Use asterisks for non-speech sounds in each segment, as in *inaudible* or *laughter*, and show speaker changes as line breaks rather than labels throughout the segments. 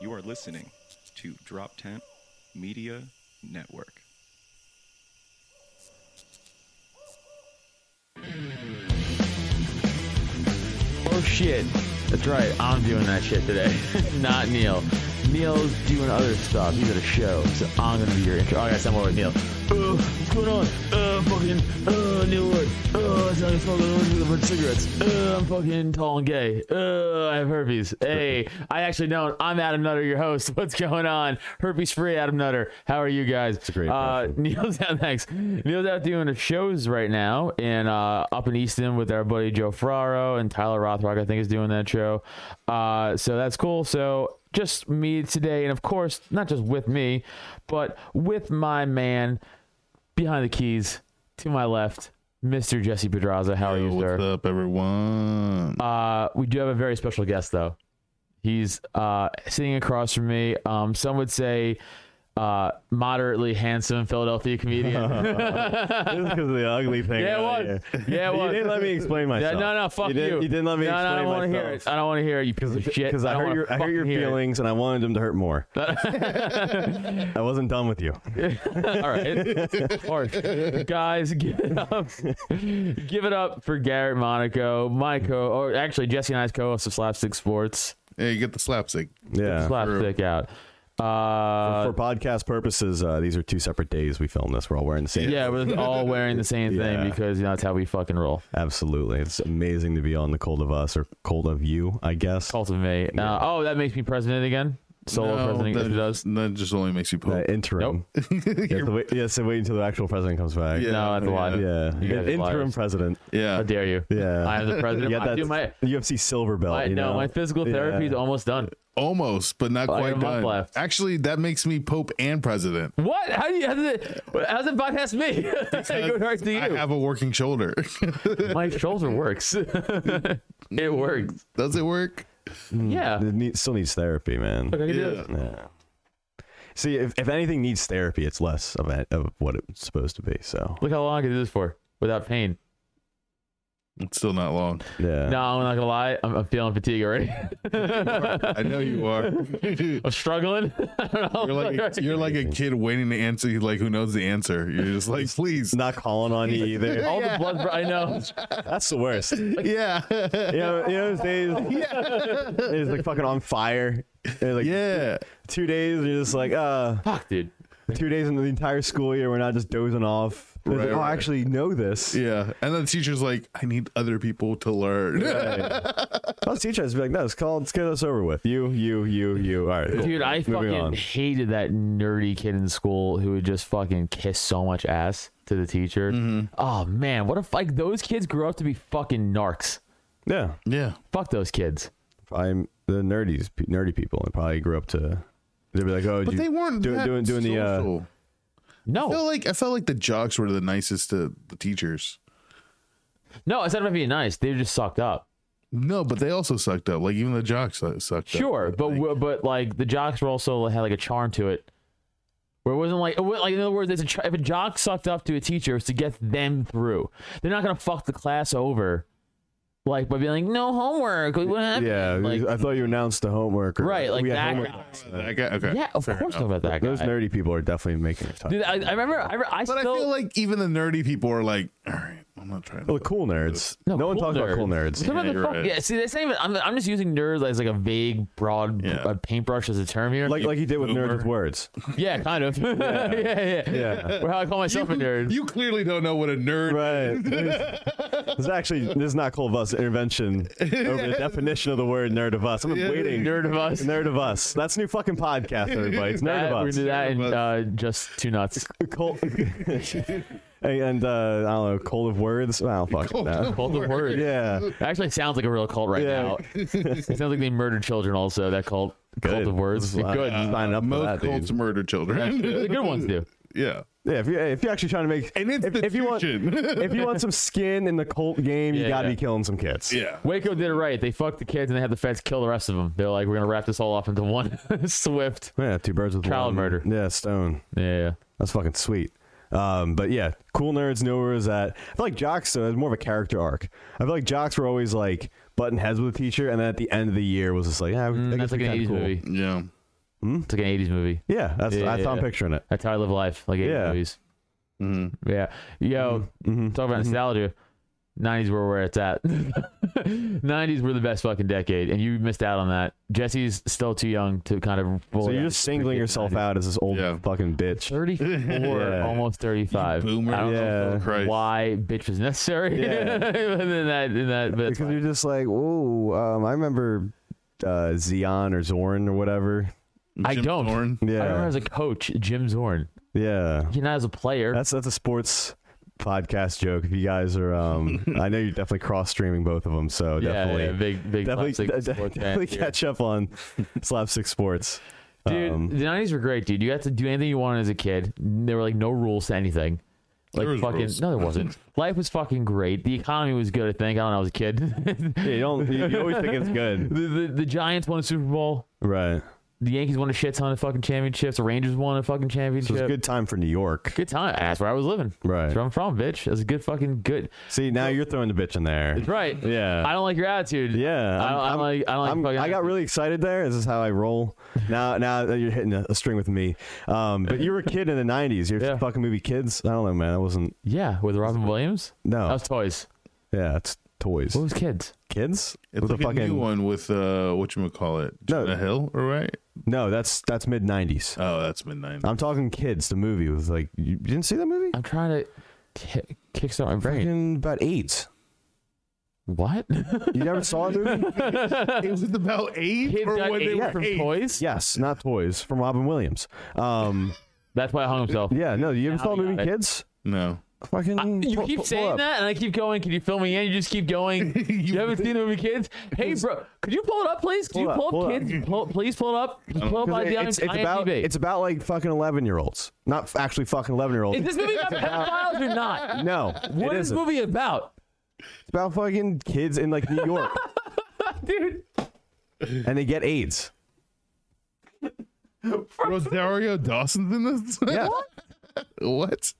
You are listening to Drop Tent Media Network.
Oh shit. That's right. I'm doing that shit today. *laughs* Not Neil. Neil's doing other stuff. He's at a show. So I'm gonna be your intro. Oh, I got somewhere with Neil. Uh, what's going on? Uh, fucking, uh, Neil Wood. Uh, I sound smoking orange with cigarettes. Uh, I'm fucking tall and gay. Uh, I have herpes. Hey, I actually don't. I'm Adam Nutter, your host. *laughs* What's going on? Herpes free, Adam Nutter. How are you guys? It's a
great
Uh, *laughs* Neil's out next. Neil's out doing the shows right now, and uh, up in Easton with our buddy Joe Ferraro and Tyler Rothrock. I think is doing that show. Uh, so that's cool. So just me today, and of course not just with me, but with my man behind the keys to my left, Mr. Jesse Pedraza. How are you, sir?
What's up,
*laughs*
everyone?
Uh, we do have a very special guest, though. He's uh, sitting across from me. Um, some would say uh, moderately handsome Philadelphia
*laughs*
comedian. *laughs*
because of the ugly thing.
Yeah, it
earlier.
was. Yeah, it
*laughs* you
was.
didn't let me explain
Yeah,
myself.
no, no, fuck you.
Didn't, you didn't let me
no,
explain
no, I don't wanna
myself.
hear it. I don't want to hear it. You piece of shit.
Because I,
don't
heard
wanna
your, I heard your
fucking hear it.
feelings, and I wanted them to
*laughs*
hurt more. I wasn't done with you.
All right.
*laughs*
Harsh. Guys, give it up. give it up for Garrett Monaco, my co or actually Jesse and I's co host of Slapstick Sports.
Hey, you get the slapstick.
Yeah.
Slapstick out. Uh,
For podcast purposes, uh, these are two separate days we filmed this. We're all wearing the same.
yeah, we're all wearing the same
Yeah.
thing because you know that's how we fucking roll.
Absolutely. It's amazing to be on the cold of us or cold of you, I guess.
Cult of me. Uh, oh, that makes me president again. Solo
No,
president if
that,
it does.
That just only makes you
Uh,
poop.
interim. *laughs* You
*laughs*
have to wait, yes, wait until the actual president comes back.
Yeah.
No, that's a lot.
Yeah.
You guys are
interim
liars.
president.
yeah.
How dare you?
Yeah.
I am the president.
*laughs* Yeah,
I do
that's
my.
UFC silver belt.
I
you
know
know
my physical
Yeah.
therapy is almost done.
Almost, but not
I got a
quite
month
done.
left.
Actually, that makes me pope and president.
What? How do you? How does it? How does it bypass me? *laughs* it goes right to you.
I have a working shoulder. *laughs*
my shoulder works. *laughs* it works.
Does it work?
Yeah.
Mm. It need, still needs therapy, man.
Look, I can do
Yeah.
it.
Yeah. See, if, if anything needs therapy, it's less of, a, of what it's supposed to be. So,
Look how long I can do this for without pain.
It's still not long.
yeah.
No, I'm not gonna lie. I'm, I'm feeling fatigue already. *laughs*
I know you are. *laughs* you're
I'm struggling. *laughs* I don't know.
like a, you're like a kid waiting to answer. You're like, who knows the answer? You're just like, please.
Not calling on you
*laughs*
either.
all the blood. I
*laughs*
know.
*laughs* That's the worst. You
yeah.
know, you know those days. It's like fucking on fire. And like
yeah.
two days, and you're just like, uh,
Fuck, dude.
two days into the entire school year, we're not just dozing off. It's
Right,
like, oh,
right.
I actually know this.
Yeah. And then the teacher's like, I need other people to learn. *laughs*
I'll teach us. Be like, no, let's call. Let's get this over with. You, you, you, you. All right, cool.
Dude, I
Moving
fucking
on.
hated that nerdy kid in school who would just fucking kiss so much ass to the teacher. Oh man, what if like those kids grew up to be fucking narcs?
Yeah,
yeah.
Fuck those kids.
I'm the nerdies, pe- nerdy people, and probably grew up to. They'd be like, oh,
But
did you-
they weren't
doing
that
doing doing the. Uh,
social. I felt
No,
like I felt like the jocks were the nicest to the teachers.
no, it's not about being nice. They just sucked up.
No, but they also sucked up. Like even the jocks su- sucked up.
Sure, but
like,
w but like the jocks were also had like a charm to it, where it wasn't like it wa- like in other words, it's a ch- if a jock sucked up to a teacher, it was to get them through. They're not gonna fuck the class over, like by being like no homework. Like, what happened?
yeah,
like,
I thought you announced the homework. Or,
Right, like
we had
that
homework.
*laughs*
guy.
I got, okay.
yeah, of
fair
course
enough.
talk about that guy.
Those nerdy people are definitely making it tough.
Dude, I, I remember. I, I
But I
still.
feel like even the nerdy people are like, all right, I'm I'm not trying to. *laughs*
Well, the cool nerds. No,
cool
one talks about cool nerds.
What about
Yeah,
the
you're
fuck-
right.
yeah, see, that's not even. I'm, I'm just using nerd as like a vague, broad
Yeah.
uh, paintbrush as a term here.
Like like you did with nerds
Boomer.
with words.
yeah, kind of. *laughs* yeah, yeah, yeah.
Yeah.
Or how I call myself a nerd.
You clearly don't know what a nerd.
Right. This is actually this is not cool of us intervention over the definition of the word nerd of us. I'm waiting.
nerd of us.
Nerd of us. That's a new fucking podcast, everybody. It's nerd
That-
of
We're gonna
us.
do that and
Nerd
uh, just two nuts.
*laughs* Col- and uh, I don't know, cold of words. I don't fucking know.
Both of words.
Yeah.
That actually sounds like a real cult right
Yeah. *laughs*
now. it sounds like they murdered children. Also, that cult cult
Good.
of words.
Wow.
Good.
Sign up for
Most
that, dude.
cults murder children.
the good ones do.
*laughs* yeah.
Yeah, if you if you're actually trying to make
And it's
if,
the
if you want
*laughs* fusion.
if you want some skin in the cult game,
Yeah,
you gotta
yeah.
be killing some kids.
Yeah.
Waco did it right. They fucked the kids and they had the feds kill the rest of them. They're like, we're gonna wrap this all up into one *laughs* swift.
Yeah, two birds with
Child
one.
murder.
Yeah, stone.
Yeah.
That's fucking sweet. Um, but yeah, cool nerds know where is at. I feel like jocks though, is more of a character arc. I feel like jocks were always like button heads with a teacher, and then at the end of the year was just like, yeah, I guess
Mm, That's
we
like an
kinda
'80s
cool.
movie.
Yeah.
It's like an '80s movie.
Yeah, that's
Yeah,
that's how I'm
yeah.
picturing it.
That's how I live life. Like '80s
Yeah.
movies.
Mm-hmm.
Yeah. Yo, talk about nostalgia. '90s were where it's at. *laughs* '90s were the best fucking decade, and you missed out on that. Jesse's still too young to kind of.
So you're just singling yourself out as this old
Yeah.
fucking bitch. *laughs*
34,
Yeah.
almost 35.
Boomer.
I don't know
Yeah.
Christ.
why bitch was necessary *laughs*
Yeah.
in that in that but it's
Because
fine.
you're just like, whoa, um, I remember uh, Xeon or Zorn or whatever.
I
Jim
don't.
Thorne.
Yeah,
I remember as a coach, Jim Zorn.
yeah.
He not as a player.
That's that's a sports podcast joke. If you guys are, um, I know you're definitely cross streaming both of them, so
yeah,
definitely,
yeah, big big
definitely,
slapstick
*laughs* de- de-
sports fan
definitely
here.
catch
*laughs*
up on slapstick sports.
Dude,
Um,
the nineties were great, dude. You got to do anything you wanted as a kid. There were like no rules to anything. Like
There was
fucking
rules.
no, there
*laughs*
wasn't. Life was fucking great. The economy was good. I think I don't know. I was a kid. *laughs*
Yeah,
the,
you don't. You, you always think it's good,
the the Giants won a Super Bowl.
*laughs* right?
The Yankees won a shit ton of fucking championships. The Rangers won a fucking
So
championship.
it's a good time for New York,
Good time. That's where I was living.
right?
That's where I'm from, bitch. That's a good fucking good.
See, now you're throwing the bitch in there.
Right.
Yeah.
I don't like your attitude.
Yeah,
I don't, I don't like. I don't like.
I'm-
fucking
I got really excited there. This is how I roll. Now, now that you're hitting a, a string with me. Um, but you were a kid in the '90s. You're
Yeah.
fucking movie kids. I don't know, man. That wasn't.
Yeah, with Robin Williams.
No.
That was toys.
yeah, it's toys.
What was kids?
kids?
It's
With
like
the
a new one with uh, what you call it,
No.
Jonah Hill, all right?
No, that's that's mid '90s.
Oh, that's midnight.
I'm talking kids. The movie was like you you didn't see that movie?
I'm trying to ki- kickstart my brain.
Fucking about eight.
What? *laughs*
You never saw that movie?
It was about eight
Kids
or
got
when they
eight
were
from
eight.
toys.
yes, not toys from Robin Williams. Um,
That's why I hung himself.
yeah, no, you ever
Now
saw
I
the
got
movie
it.
Kids?
No,
Fucking.
You
pull- pull-
keep
pull
saying
up.
that, and I keep going. Can you fill me in? You just keep going. you, haven't seen the movie Kids. Hey, bro, could you pull it up, please? Could
Pull
you
up,
pull up,
pull up.
Kids? Pull, please pull it up. Just pull up
Because
like the
it- it's, it's
IMDb.
about it's about like fucking eleven year olds, not f- actually fucking eleven year olds.
is this movie about pedophiles or not?
No,
What
*laughs* it
is
isn't.
this movie about,
It's about fucking kids in like New York,
*laughs* dude?
and they get AIDS.
Rosario Dawson's in this.
Yeah,
*laughs* what?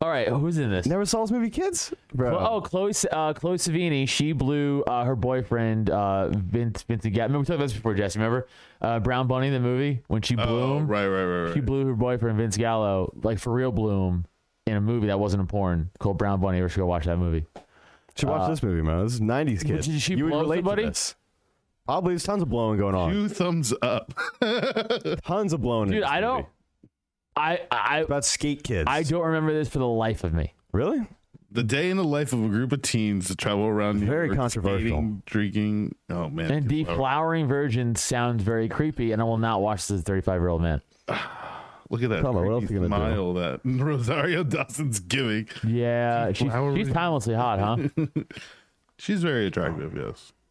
All right, who's in this?
never saw this movie, kids. Bro,
Well, oh, Chloe, uh, Chloe Savini. She blew uh, her boyfriend uh, Vince Vincent Gap. Remember we talked about this before, Jess? Remember uh, Brown Bunny the movie when she blew
Oh,
him?
right, right, right, right.
She blew her boyfriend Vince Gallo like for real, blew him in a movie that wasn't a porn called Brown Bunny. Or should go watch that movie.
should watch this movie, man. This is '90s kids.
did Uh, she
you would
blow
relate
somebody?
to this. Probably there's tons of blowing going on.
Two thumbs up. *laughs*
Tons of blowing. in
Dude,
this
I don't.
movie.
I I
About skate kids.
I don't remember this for the life of me.
really.
The day in the life of a group of teens that travel around. New
Very
York,
controversial.
Skating, drinking. Oh man.
And deflowering virgin sounds very creepy, and I will not watch this 35 year old man.
Look at that
Tell me, what else
creepy
you gonna
smile
do?
that *laughs* Rosario Dawson's giving.
Yeah, she's,
Deflowering-
she's timelessly hot, huh?
She's very attractive. Yes.
*laughs*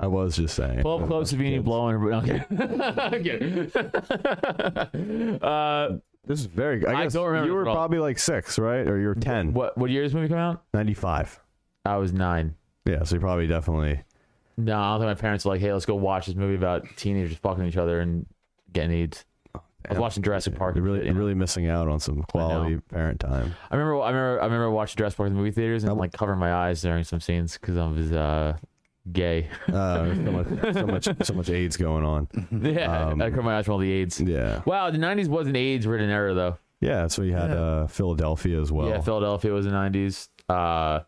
I was just saying.
Pull up close Savini blowing her. Okay. uh,
This is very. I,
I
guess
don't remember
You
this
were
at all.
probably like six, right? Or you were ten.
what what year does this movie come out?
Ninety-five.
I was nine.
Yeah, so you probably definitely.
No, I don't think my parents were like, "Hey, let's go watch this movie about teenagers fucking each other and getting AIDS." I was watching Jurassic Park.
Oh, You're really,
and shit, you
you're
know?
really missing out on some quality
*laughs*
parent time.
I remember, I remember, I remember watching Jurassic Park in the movie theaters and like covering my eyes during some scenes because I was uh, gay. *laughs*
Uh, there's so much, so much, so much AIDS going on. Um,
yeah, I covered my eyes from all the AIDS.
Yeah.
Wow, the '90s was an AIDS-ridden era, though.
Yeah, so you had
Yeah.
uh, Philadelphia as well.
yeah, Philadelphia was the '90s. Uh,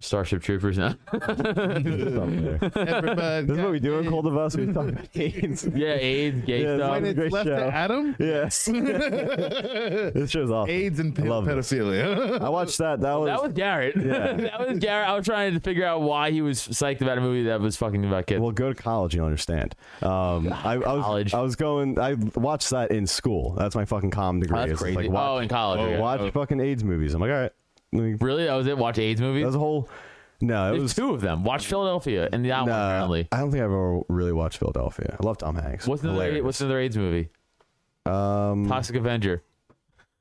Starship Troopers. *laughs* No.
*laughs* This
Everybody.
is what we do in
got-
Cold of Us. We talk about AIDS.
*laughs* yeah, AIDS, gay
*laughs* Yeah,
stuff.
When
It's
Great
left to
show.
Adam.
Yes, *laughs* this show's awesome.
AIDS and
I
pe-
love
*laughs*
this.
pedophilia.
I watched that. That was,
That was Garrett.
Yeah.
*laughs* that was Garrett. I was trying to figure out why he was psyched about a movie that was fucking about kids.
well. Go to college, you will understand. Um, I, I was
College.
I was going. I watched that in school. That's my fucking comm degree.
Oh, that's
It's
crazy.
Like, watch,
oh, in college. okay.
watch fucking AIDS movies. I'm like, all right. Let me-
Really? That was it? Watch AIDS
That
movies?
was a whole. No, it
There's
was
two of them. Watch Philadelphia and that one
no,
apparently.
I don't think I've ever really watched Philadelphia. I love Tom Hanks.
What's another,
Hilarious.
what's another AIDS movie?
um
Toxic Avenger.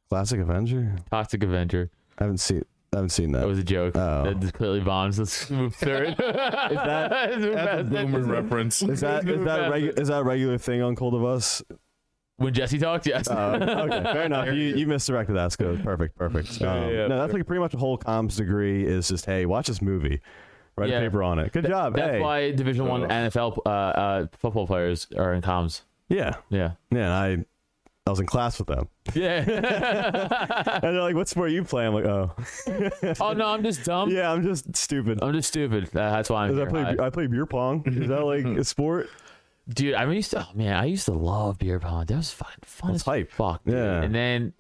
classic Avenger?
Toxic Avenger.
I haven't seen. I haven't seen that.
That was a joke.
Oh.
That just clearly bombs. *laughs* Let's move
*laughs*
through it. Let's move
That's a
past it.
boomer reference.
Is that
*laughs*
is that regu- is that a regular thing on Cold of Us?
When Jesse talked, yes. *laughs*
Um, okay, fair enough. You, you misdirected that. That's good. Perfect, perfect. Um,
yeah,
no, that's like pretty much a whole comms degree is just hey, watch this movie, write
Yeah.
a paper on it. Good job.
That's
hey. Oh.
why Division One NFL uh, uh, football players are in comms.
Yeah, *laughs*
Yeah. *laughs*
yeah. And I I was in class with them,
Yeah.
and they're like, "What sport you play?" I'm like, "Oh,
oh no, I'm just dumb.
yeah, I'm just stupid."
I'm just stupid. Uh, that's why I'm
'Cause
here.
I play
Hi.
I play beer pong. Is that
*laughs*
like a sport?
dude. I used to, oh, man, I used to love beer pong. That was fucking fun
That's
as
hype.
fuck. dude.
Yeah.
and then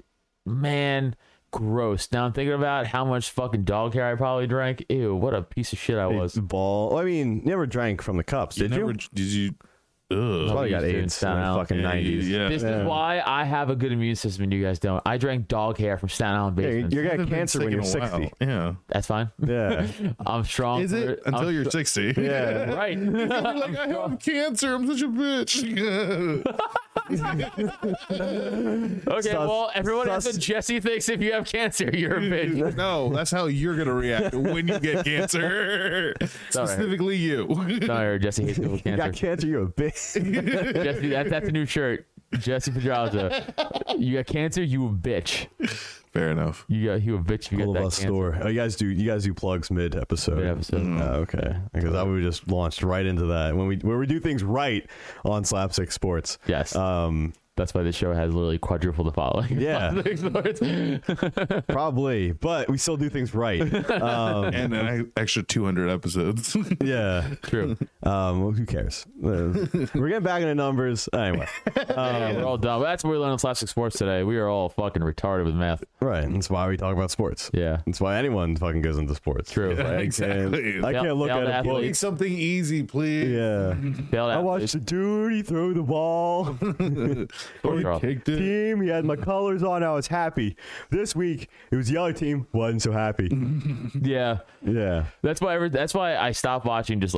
man, gross. Now I'm thinking about how much fucking dog hair I probably drank. Ew, what a piece of shit I was.
Ball. I mean, you never drank from the cups, did you?
never, Did you? Ugh.
Probably got
Used to
AIDS in
Staten
the
Island.
fucking
Yeah,
nineties.
Yeah.
This
Yeah.
is why I have a good immune system and you guys don't. I drank dog hair from Staten Island
Yeah,
basement.
you're gonna
I've
get
been
cancer when
sick in
you're
a while.
sixty.
Yeah.
That's fine.
Yeah,
I'm strong.
Is it
I'm
until you're 60?
*laughs*
*laughs*
yeah.
right?
*laughs* You're like, I have cancer. I'm such a bitch.
Okay,
Sus-
well, everyone else
sus-
in Jesse thinks if you have cancer,
*laughs*
you're a bitch.
*laughs* no, that's how you're going to react when you get *laughs* cancer. Specifically, you. *laughs*
Sorry, Jesse hates people with
*laughs* *laughs* You got
cancer.
cancer, you a *laughs* bitch.
Jesse, that, that's a new shirt. Jesse Pedraza. You got cancer, you a bitch.
Fair enough.
You got you a bitch. You
All
got
of
that
us
cancer.
store. Oh, you guys do. You guys do plugs mid episode.
Mid-episode.
Oh, okay, because I would just launched right into that when we when we do things right on Slapstick Sports.
Yes,
*laughs* Um.
that's why this show has literally quadruple the following. *laughs*
Yeah. Probably, but we still do things *laughs* right. Um.
And an extra 200 episodes. *laughs*
yeah. *laughs*
True.
Um. well, who cares? Uh, We're getting back into numbers *laughs* anyway. Um,
Yeah, we're all dumb. That's what we learned on Slapstick Sports today. We are all fucking retarded with math.
Right. That's why we talk about sports.
Yeah.
That's why anyone fucking goes into sports.
True.
I can't-
exactly.
I can't look
Failed
at a book.
Make
athletes.
something easy, please.
Yeah.
Failed
I
athletes.
watched the dude. He threw the ball.
*laughs* Poor girl.
Kicked it.
team. He had my colors on. I was happy. This week it was the other team. wasn't
*laughs*
so happy.
Yeah,
yeah.
that's why. Every, that's why I stopped watching. Just.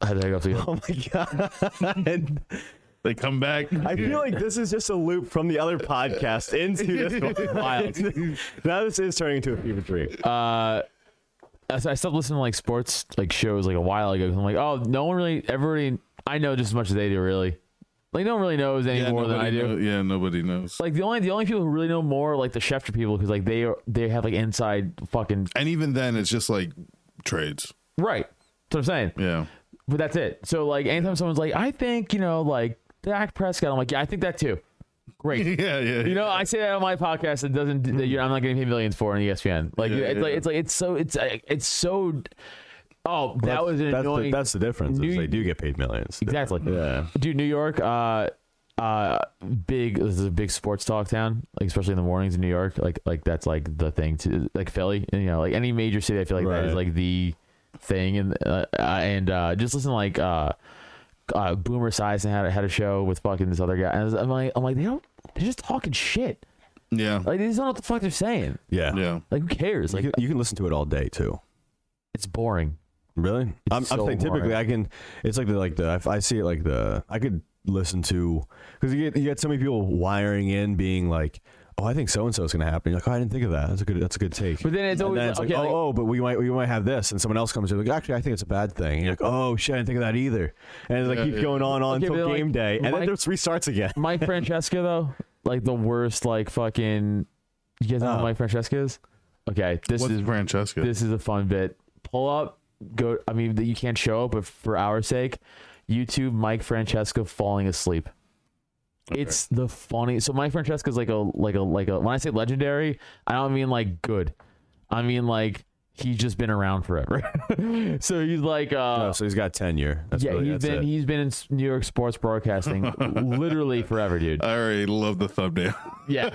I think I'll see you.
*laughs* Oh my god. *laughs* And
They come back.
I feel like this is just a loop from the other podcast into
*laughs*
this one. Wild. *laughs* now this is turning into a fever dream.
I I stopped listening to like sports like shows like a while ago. 'cause I'm like, oh, no one really, everybody, I know just as much as they do, really. Like, no one really knows any
Yeah,
more than
nobody
I do.
know- yeah, nobody knows.
Like the only the only people who really know more are, like the Schefter people because like they are they have like inside fucking
and even then, it's just like trades.
right. That's what I'm saying. *laughs*
Yeah.
But that's it. So like anytime someone's like, I think you know like Dak Prescott, I'm like, yeah, I think that too. Great.
Yeah, yeah.
You know, I say that on my podcast. It doesn't. That you're, I'm not getting paid millions for on E ESPN. Like,
Yeah,
it's
yeah.
like it's like it's so it's uh, it's so. Oh, that was an
that's
annoying.
The, that's the difference.
New-
is they do get paid millions.
Exactly.
*laughs* Yeah.
Dude, New York, uh, uh, big. This is a big sports talk town, like especially in the mornings in New York. Like, like that's like the thing to like Philly. And, you know, like any major city, I feel like that is
Right.
like the thing. And uh, uh, and uh, just listen, to, like uh, uh, Boomer Sison had had a show with fucking this other guy, and I was- I'm like, I'm like, they don't, they're just talking shit.
Yeah.
Like, they just don't know what the fuck they're saying.
Yeah.
Yeah.
Like, who cares?
You
Like,
can, you can listen to it all day too.
it's boring.
Really? I'm,
so
I'm saying typically
boring.
I can. It's like the like the I, I see it like the I could listen to because you get you get so many people wiring in being like. Oh, I think so and so is going to happen. You're like, oh, I didn't think of that. That's a good. That's a good take.
But then it's
And
always like, okay,
oh,
like-
oh, but we might, we might have this, and someone else comes in like, actually, I think it's a bad thing. And you're like, oh shit, I didn't think of that either. And it like keeps going on on
Okay,
until
but, like,
game day, and
Mike-
then it just
*laughs*
restarts again. *laughs*
Mike Francesca though, like the worst, like fucking. You guys know who
Oh.
Mike Francesca is? Okay, this
What's
is
Francesca?
this is a fun bit. Pull up, go. I mean, you can't show up, but for our sake, YouTube Mike Francesca falling asleep. It's the funny. So Mike Francesca's like a like a like a. When I say legendary, I don't mean like good. I mean like he's just been around forever. *laughs* so he's like uh,
Oh, so he's got tenure. That's
yeah,
really,
he's
that's
been
it.
he's been in s- New York sports
*laughs*
broadcasting literally forever, dude.
I already love the thumbnail. *laughs*
Yeah.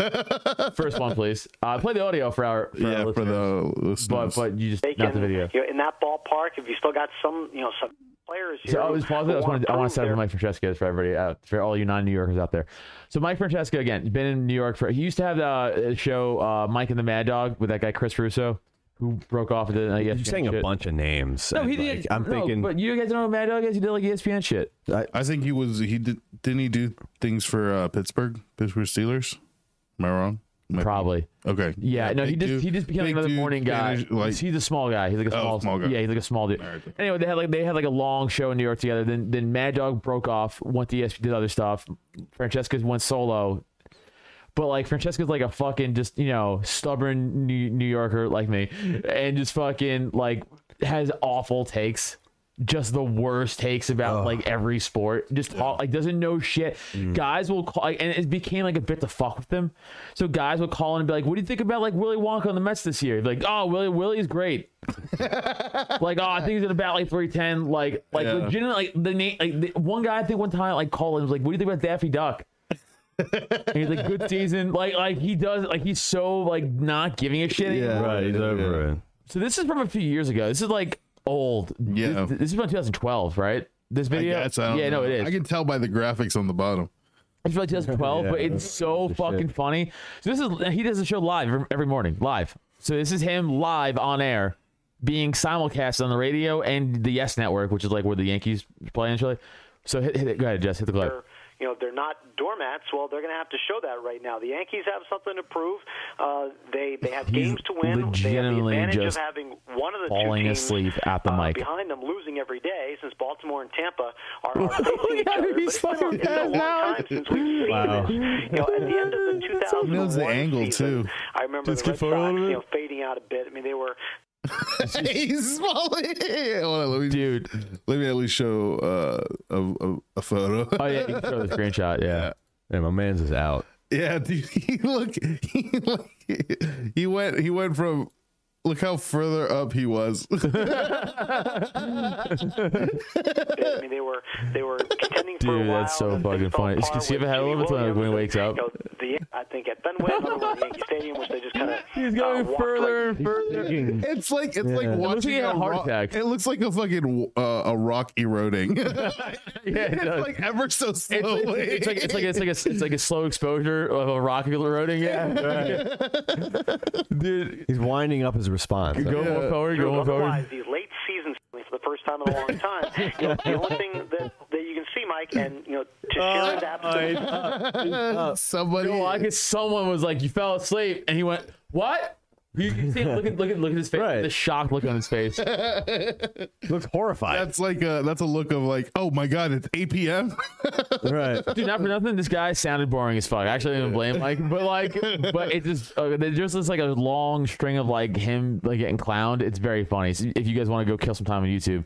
*laughs*
First one, please. Uh, play the audio for our for
yeah,
our
for
listeners,
the
but
listeners.
but you just
they
not
can-
the video.
You're in that ballpark, if you still got some, you know, some players here.
So oh, I was
who-
pausing. I,
who
just wanted, I
wanna
want to set up
prove
for Mike Francesca is for everybody out for all you non-New Yorkers out there. So Mike Francesca again, been in New York for. He used to have the uh, show uh, Mike and the Mad Dog with that guy Chris Russo, who broke off at the. Uh, ESPN
You're saying
shit.
a bunch of names.
No,
and,
he
like,
did.
I'm
no,
thinking.
but you guys know who Mad Dog is. He did like E ESPN shit.
I think he was he did didn't he do things for uh, Pittsburgh Pittsburgh Steelers? Am I wrong? Might be.
Probably.
Okay.
Yeah, no, he
big
just
dude-
he just became
big
another
dude,
morning guy.
Spanish, like,
he's a small guy. He's like a
Oh,
small,
small guy.
Yeah, he's like a small dude.
Alright.
Anyway, they had like they had like a long show in New York together. Then then Mad Dog broke off, went to E ESPN, did other stuff. Francesca went solo. But like Francesca's like a fucking just you know stubborn New, New Yorker like me, and just fucking like has awful takes, just the worst takes about like every sport. Just talk, like doesn't know shit.
Mm.
Guys will call like, and it became like a bit to fuck with them. So guys will call in and be like, "What do you think about like Willie Wonka on the Mets this year?" Be like, "Oh, Willie Willie's
*laughs*
great." like, oh, I think he's gonna bat like three ten. Like, like
Yeah.
legitimately, like the name, like the, one guy I think one time like called in was like, "What do you think about Daffy Duck?" And he's like,
*laughs*
"Good season." Like, like he does. Like he's so like not giving a shit.
Yeah.
anymore.
Right, he's
Yeah.
over it.
So this is from a few years ago. This is like old.
Yeah.
This, this is from 2012, right? This
I
video.
guess, I don't
yeah,
know.
no, it is.
I can tell by the graphics on
*laughs*
the bottom.
It's from like 2012, but
Yeah.
it's so fucking funny. So this is he does the show live every- every morning, live. So this is him live on air, being simulcast on the radio and the Yes Network, which is like where the Yankees play and shit. So hit, hit it. Go ahead, Jess. Hit the clip.
they're, you know, they're not doormats. Well, they're going to have to show that right now. The Yankees have something to prove. Uh, they they have
He's
games to win. They have the
legitimately
advantage
just
of having one of the
falling
two teams
asleep at the
uh,
mic.
behind them, losing every day since Baltimore and Tampa
*laughs*
are, are facing
Look
each
at
other.
him,
But
Oh, he's fucking
it's been a- it's been a long
passed
time since we've seen
Wow.
this. You know, at the end of the 2001
knows the angle,
season,
too.
I remember
Just
the
get
Red
forward a
Sox,
little
you
bit.
know, fading out a bit. I mean, they were
*laughs* He's smiling. *laughs* Hold on, let me,
Dude.
let me at least show uh, a, a, a photo. *laughs*
Oh yeah, you can show the screenshot. Yeah.
Yeah, my man's is out.
Yeah, *laughs* dude. He look. He look. He went. He went from. Look how further up he was. *laughs*
I mean, they were they were contending for a
Dude,
while.
that's so
and they
fucking
fell
funny.
apart
See if
with
it had a
Jimmy
little bit of- when he
Williams.
wakes up.
You know, the, I think at Fenway, another one at Yankee Stadium, which they just uh, kind of
*laughs* He's going further and further.
Thinking,
It's like it's like
It looks
like
watching
he had a heart
rock-
attack.
It looks like a fucking uh, a rock
*laughs*
eroding.
*laughs*
*laughs*
Yeah, it does.
it's like ever so
It's,
slowly.
it's, like
*laughs*
it's like it's like a it's like a slow exposure of a rock eroding. Yeah, dude,
he's winding up his response.
go more forward, go more
Otherwise,
forward.
these late seasons for the first time in a long time. You know, the only thing that, that you can see, Mike, and you know, to Sharon's absence,
uh,
Somebody.
Well, I guess someone was like, "You fell asleep," and he went, "What?" You, you see, him look at look at look at his face,
Right.
the shocked look on his face.
Looks horrified.
that's like a that's a look of like oh my god it's 8 *laughs* p.m.
*laughs* right.
Dude, not for nothing, this guy sounded boring as fuck. Actually, I don't blame Mike, but like, but it just uh, there's just this, like a long string of like him like getting clowned. It's very funny. So if you guys want to go kill some time on YouTube,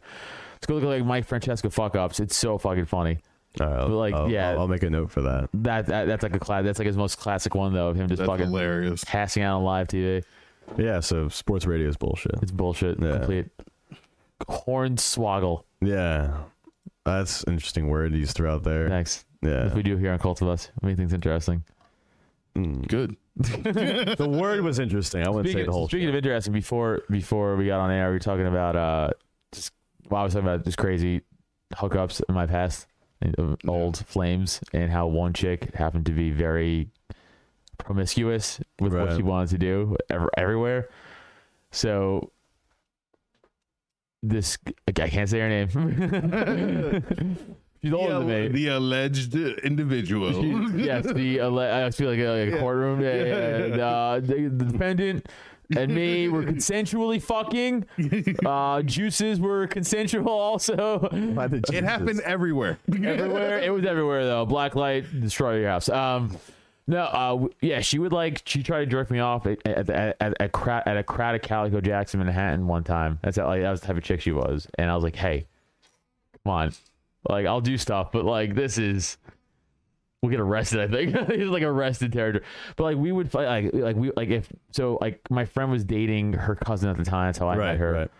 let's go look at like Mike Francesco fuck ups. It's so fucking funny.
All right, I'll-
But, like,
I'll-
yeah.
I'll, I'll make a note for that.
That, that that's like a class. That's like his most classic one though of him just
That's
fucking *laughs*
hilarious.
passing out on live TV.
Yeah, so sports radio is bullshit.
It's bullshit.
Yeah.
Complete horn swoggle.
Yeah, that's an interesting word he's throughout there.
Next,
Yeah,
if we do here on Cult of Us, what do you think's interesting?
Good.
Hmm. *laughs* the word was interesting. I wouldn't
Speaking,
say the whole.
speaking of interesting, before before we got on air, we were talking about uh, just well, I was talking about just crazy hookups in my past, and, uh, old flames, and how one chick happened to be very promiscuous with what
Right.
she wanted to do ever, everywhere. So this I can't say her name. *laughs* She's older
the,
than me.
al- the alleged
*laughs*
individual.
yes, the ele- I feel like a, like a courtroom. Yeah, yeah, yeah. Uh, the, the defendant and me were consensually *laughs* fucking. Uh, juices were consensual also.
By
*laughs*
the
It
Jesus.
happened everywhere.
everywhere. It was everywhere though. Black light destroy your house. Um, no, uh, w- yeah, she would like she tried to jerk me off at at at, at, at, cra- at a crowd at Calico Jackson, Manhattan one time. That's how, like that was the type of chick she was, and I was like, hey, come on, like I'll do stuff, but like this is. will get arrested. I think *laughs* he's like arrested territory. But like we would fight, like like we like if so like my friend was dating her cousin at the time. That's how I met
*laughs* Right,
her.
right.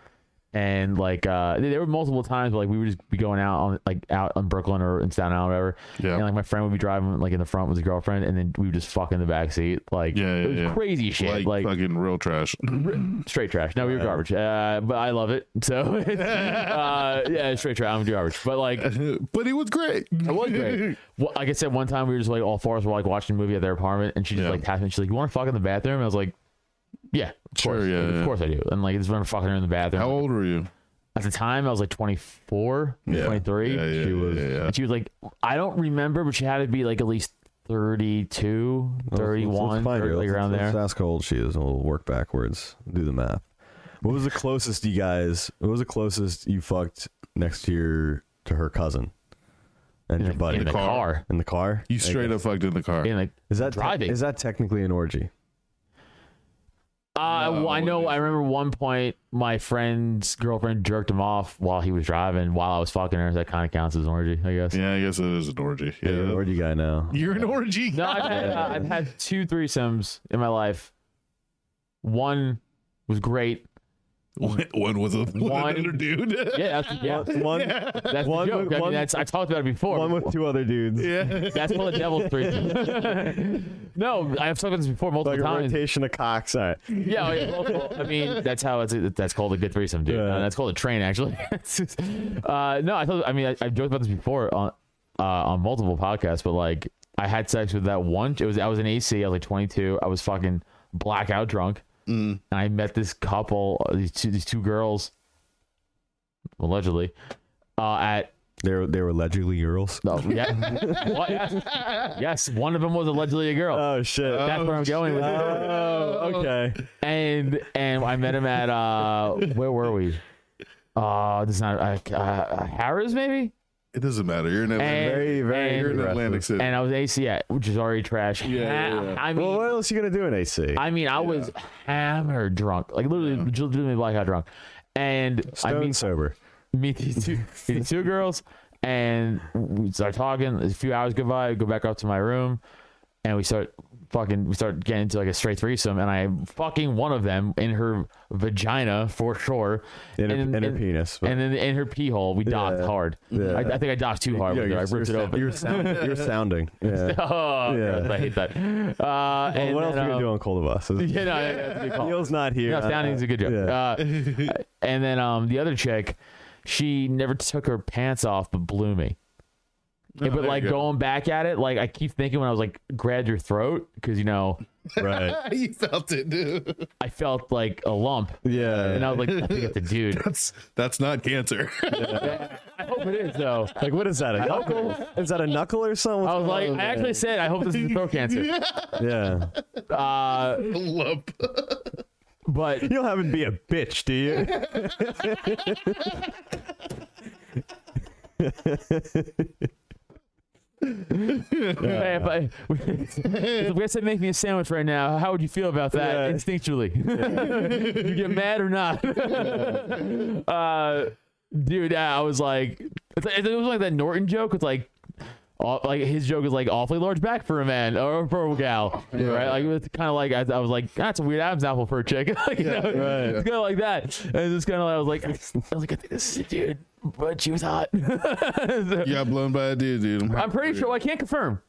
And like uh, there were multiple times where like we would just be going out on like out on Brooklyn or in Staten Island or whatever.
Yeah.
And like my friend would be driving like in the front with his girlfriend, and then we would just fuck in the back seat. Like
Yeah, yeah,
it was
yeah.
crazy shit.
like,
Like,
fucking real trash. *laughs*
straight trash. No, we were garbage. Uh, but I love it. *laughs* So uh, yeah, straight trash. I'm garbage. But like
but it was great.
it was
*laughs*
great. Well, like I said, one time we were just like all four of us were like watching a movie at their apartment, and she just
Yeah.
like tapped me. She's like, "You want to fuck in the bathroom?" And I was like, "Yeah, of
Sure,
course,
yeah,
Like,
yeah.
of course I do." And like, I just remember fucking her in the bathroom.
How old were you?
At the time, I was like 24,
Yeah.
23.
Yeah, yeah,
she
yeah,
was,
yeah, yeah.
and she was like, I don't remember, but she had to be like at least 32,
Well, let's- let's-
31,
let's find her.
30, like,
Let's-
around
let's- uh,
there.
Let's ask how old she is, and we'll work backwards. Do the math. What was the closest you guys? What was the closest you fucked next to your to her cousin and your
In the,
buddy
in the
car.
car.
in the car?
You straight up fucked in the car.
In like,
Is that te-
driving?
is that technically an orgy?
Uh, well, I
No,
know.
it
I remember one point my friend's girlfriend jerked him off while he was driving while I was fucking her. That kind of counts as an orgy, I guess.
Yeah, I guess it is an orgy. Yeah.
You're an orgy
*laughs*
guy now.
You're an orgy.
No, I've
*laughs*
had, uh, I've had two threesomes in my life. One was great.
One one was a one
One-
another dude.
Yeah, that's, yeah,
One,
that's
one
the joke.
with-
I mean,
one-
that's I talked about it before.
one with two other dudes.
*laughs* yeah.
that's called a devil's threesome. *laughs* no, I have talked about this before multiple
Like a
times.
rotation of cocks. All right.
Yeah,
*laughs*
like, well, well, I mean that's how it's that's called a good threesome, dude.
Yeah.
Uh, that's called a train, actually. *laughs* uh, no, I thought I mean I, I've joked about this before on uh, on multiple podcasts, but like I had sex with that one. It was I was in AC. I was like 22. I was fucking blackout drunk,
Mm.
and I met this couple, uh, these two, these two girls, allegedly, uh, at
They were, they were allegedly girls.
no,
*laughs*
yeah, what? Yes. yes, one of them was allegedly a girl.
Oh shit.
That's where I'm going with it
Oh, okay.
*laughs* and and I met him at uh where were we? Uh, this is not uh, uh, Harris maybe.
It doesn't matter. You're in Atlantic,
Very, very
you're in
and,
aggressive.
Atlantic City.
and I was AC at, which is already trash.
yeah, yeah.
I mean,
Well, what else you gonna do in AC?
I mean, I was hammered drunk, like literally, legitimately blackout drunk, and I
Stone
meet
sober.
meet these
*laughs*
two, these two girls, and we start talking. A few hours go by. I go back up to my room, and we start fucking. We start getting into like a straight threesome, and I fucking one of them in her vagina for sure,
In her-
and,
in her
and-
penis.
and then in her pee hole. We docked hard. I, I think I docked too hard. with
you're,
her. I
you're
ripped it
sound-
open.
You're, sound, you're sounding. Yeah.
*laughs* oh,
Yeah.
gross, I hate that. Uh,
Well,
and
what else
then,
are you
uh,
gonna do on Cold of
*laughs*
Us?
Yeah, no, yeah, that's a good call.
Neil's not here.
No, sounding's a good joke.
Yeah.
*laughs*
Uh, and then um, the other chick, she never took her pants off, but blew me. Yeah, but
Oh, there
like
you go.
going back at it, like I keep thinking when I was like, grabbed your throat because you know
*laughs*
right.
you felt it, dude.
I felt like a lump, and
Yeah.
I was like, I think
*laughs*
it's a dude.
That's that's not cancer. *laughs*
I hope it is though.
Like what is that? A knuckle? Is that a knuckle or something?
I was like,
Oh,
I actually said, I hope this is throat
*laughs*
cancer.
yeah.
*laughs*
Lump.
But
You don't have to be a bitch, do you?
*laughs* hey, if I, if I said make me a sandwich right now, how would you feel about that
Yeah.
instinctually? you get mad or not? *laughs* uh, dude, yeah, I was like, it's like- it was like that Norton joke. It's like, aw- like his joke is like awfully large back for a man or for a gal, right? Like it's kind of like I, I was like, that's a weird Adam's apple for a chick, *laughs* like, you know, it's kind of like that. And it's just kind of like I was like, I was like, I think this is a dude, but she was hot. *laughs* So-
You got blown by a dude, dude.
I'm pretty sure. I can't confirm.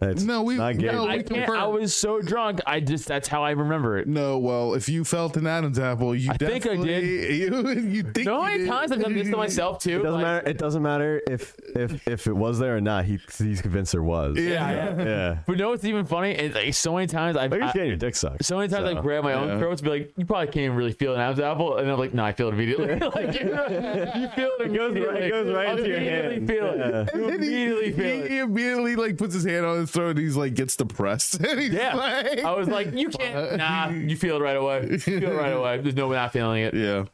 It's
No, we-
not gay.
no,
I
we-
can't.
confirm.
I was so drunk. I just that's how I remember it.
No, well, if you felt an Adam's apple, you
I think I
definitely, *laughs* You, you think
You know how
you
many
did.
times I've done this to myself too?
It doesn't
Like,
matter. It doesn't matter if if if it was there or not. He he's convinced there was.
Yeah.
Yeah.
But no, it's even funny. It's like so many times I've.
Like, you're just
I,
getting your dick sucked.
so many times
so,
I grab my own throat to be like, you probably can't even really feel an Adam's apple, and I'm like, no, I feel it immediately. *laughs*
*laughs*
like you, you feel it. It
goes right- it goes right into your hand.
Feel it. You
And he-
immediately
he,
feel it.
he immediately like puts his hand on his throat and he's like gets depressed. *laughs* And he's
Yeah.
like-
I was like, you *laughs* can't. Nah, you feel it right away. You feel it right away. There's no not feeling it.
yeah.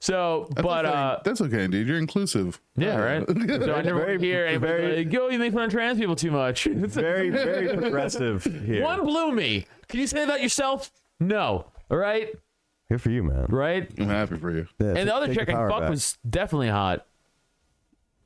So,
That's
but
okay.
uh,
that's okay, dude. You're inclusive. Uh,
yeah, right.
*laughs*
*laughs*
So I never
Very-
hear anybody
very-
like, "Yo, you make fun of trans people too much." *laughs* It's like,
very very progressive here.
One blew me. Can you say that yourself? No. All right.
Good for you, man.
Right.
I'm happy for you.
Yeah,
And
take-
the other
take
chick I
power
fucked
back.
was definitely hot.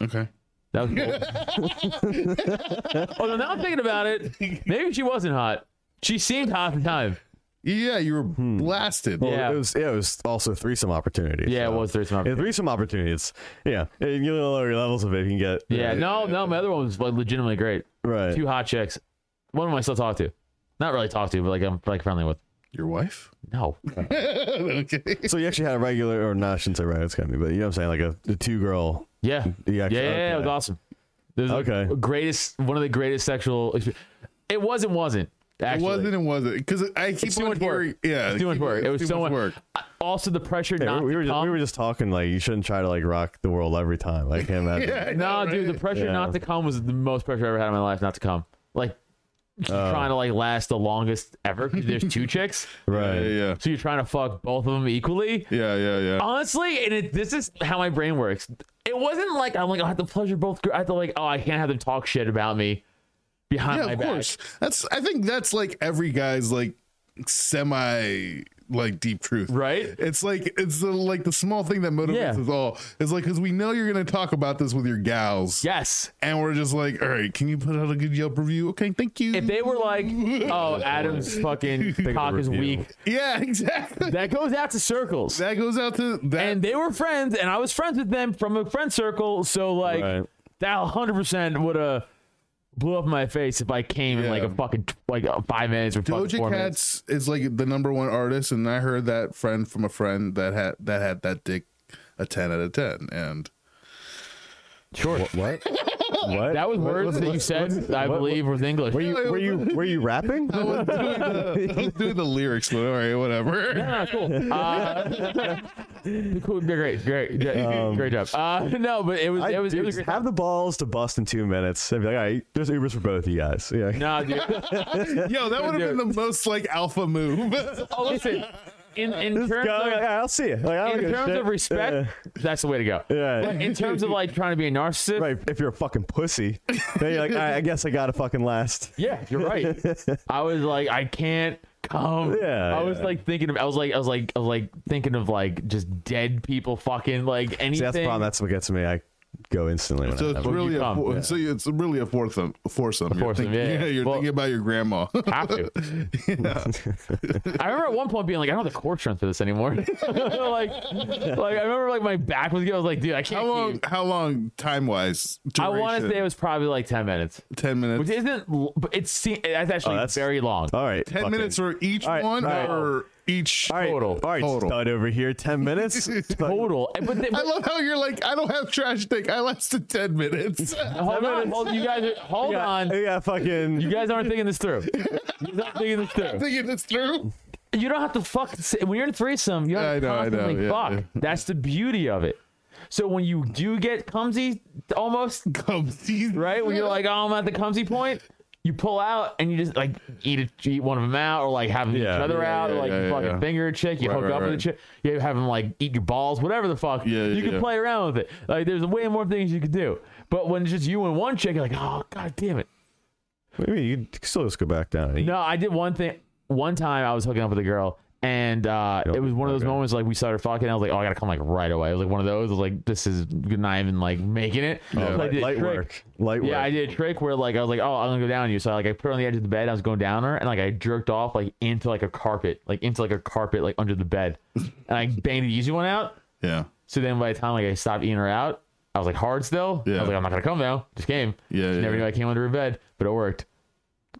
Okay.
That was.
*laughs*
oh no! Now I'm thinking about it. Maybe she wasn't hot. She seemed hot at the time.
Yeah, you were blasted.
Well,
Yeah.
it was yeah, it was also threesome opportunity.
Yeah,
so-
it was threesome
Yeah,
opportunity.
threesome opportunity. It's yeah, and you know, lower your levels of it, you can get
Yeah, no, no, my other one was like legitimately great.
right.
Two hot chicks. One of them I still talk to. Not really talk to, but like I'm like friendly with.
Your wife?
No.
okay.
So you actually had a regular, or not? I shouldn't say regular. It's kind of, but you know what I'm saying, like a, a two girl. *laughs*
Yeah.
Yeah,
Yeah, yeah,
okay.
yeah, it was awesome. This is
Okay.
the greatest one of the greatest sexual expe- It was and wasn't. Actually.
It wasn't and wasn't because I keep
It's too
on
much
hearing,
work.
Yeah,
It's too much
keep-
work. It was
too
so
much
much
work.
I- Also, the pressure
Yeah,
not
we, we
to
were just,
come.
we were just talking like you shouldn't try to like rock the world every time. Like
*laughs*
him.
Yeah, I
imagine.
know,
nah, dude,
right?
the pressure
Yeah.
not to come was the most pressure I ever had in my life not to come. Like
Oh.
trying to like last the longest
*laughs*
ever. 'cause There's two chicks,
right.
yeah,
so you're trying to fuck both of them equally.
yeah, yeah, yeah. yeah.
honestly, and it, this is how my brain works. It wasn't like I'm like I have to pleasure both. gr- I have to like oh I can't have them talk shit about me behind
yeah,
my
of
back.
course. That's I think that's like every guy's like semi like deep truth.
Right?
It's like it's the, like the small thing that motivates
Yeah.
us all. It's like cuz we know you're going to talk about this with your gals.
Yes.
And we're just like, "All right, can you put out a good Yelp review?" Okay, thank you.
If they were
*laughs*
like, oh, Adam's fucking
a
cock is
review.
weak,
yeah, *laughs* exactly.
that goes out to circles.
That goes out to that
and they were friends, and I was friends with them from a friend circle. So like
Right.
that 100 percent would have blew up in my face if I came in like
Yeah.
a fucking like uh, five minutes or fucking
Doja
four minutes.
Cat's is like the number one artist, and I heard that friend from a friend that had that had that dick a ten out of ten, and
*laughs*
Sure. What?
*laughs*
What? what?
That was words that you said, I believe, was English.
were you were you were you rapping?
let's do the lyrics, but all right, whatever.
*laughs* Ah, cool. Uh, *laughs* cool. Great, great, great, great job. Uh, *laughs* no, but it was,
Um, I,
it was,
dude,
it was a
just
great. *laughs*
have the balls to bust in two minutes. I'd be like, all right, there's Ubers for both of you guys. Yeah.
No, dude.
Yo, that would have been the most like alpha *laughs* move.
Oh, listen. In in
Just
terms
go,
of,
like, "Yeah, I'll see you. Like, I don't
in
give a
terms
shit."
of respect, that's the way to go.
Yeah.
But in terms of like trying to be a narcissist,
*laughs* Right, if you're a fucking pussy, then you're like, I, I guess I gotta
*laughs*
fucking last.
yeah, you're
*laughs*
right. I was like, I can't come.
Yeah,
I was
yeah.
like thinking of, I was like, I was like, I was like thinking of like just dead people, fucking like anything.
See, that's the problem. That's what gets me. I go instantly. When
So
I
it's
have
really
you
a
come,
four, so it's really a foursome. A foursome. You're
foursome,
thinking-
yeah.
*laughs* You're
Well-
thinking about
*laughs*
your grandma.
have to.
*laughs*
*laughs*
I remember at one point being like, I don't have the core strength for this anymore. *laughs* like, like I remember like my back was. I was like, dude, I can't.
How long?
keep-
How long? Time wise?
I want to say it was probably like ten minutes,
ten minutes.
which isn't. l- But it's se- that's actually
that's- Oh.
very long.
All right,
Ten
fucking-
minutes for each
All right,
one,
all right.
or each.
All right,
total.
All right,
Total.
stud over here. Ten
*laughs*
minutes. Fuck.
Total, And- but, they,
I
but
love how you're like, I don't have trash dick. I lasted
*laughs*
ten minutes. *laughs*
hold on, hold, you guys, are- hold
Yeah,
on,
yeah, fucking.
you guys aren't thinking this through. You're not thinking this through.
thinking this through.
You don't have to fuck when you're in a threesome. You don't have to
I know, I know,
constantly
yeah,
fuck.
yeah.
That's the beauty of it. So when you do get clumsy, almost
Cumsies.
right? When you're like, oh, I'm at the clumsy point, you pull out and you just like eat a, eat one of them out, or like have
Yeah.
each other
Yeah,
out, or
yeah,
like
yeah,
you fucking
yeah.
finger a chick, you
Right,
hook
right,
up with a
right.
chick, you have them like eat your balls, whatever the fuck.
Yeah,
you
yeah,
can
yeah.
play around with it. Like there's way more things you could do. But when it's just you and one chick, you're like, oh god damn it.
What do you mean? You can still just go back down. And eat.
No, I did one thing. One time I was hooking up with a girl, and uh, it was one of those
okay.
moments like we started fucking. I was like, oh, I gotta come like right away. It was like one of those. I was like, this is not even like making it. So I
light,
did a
Oh, light
trick.
work. Light
Yeah, I
work.
did a trick where like I was like, oh, I'm gonna go down on you. So like I put her on the edge of the bed. I was going down her, and like I jerked off like into like a carpet, like into like a carpet, like under the
*laughs*
bed, and I banged the easy one out.
Yeah. *laughs*
So then by the time like I stopped eating her out, I was like hard still. I
Yeah.
was like, I'm not gonna come now. Just came.
Yeah,
She
yeah,
never
yeah.
knew I came under her bed, but it worked.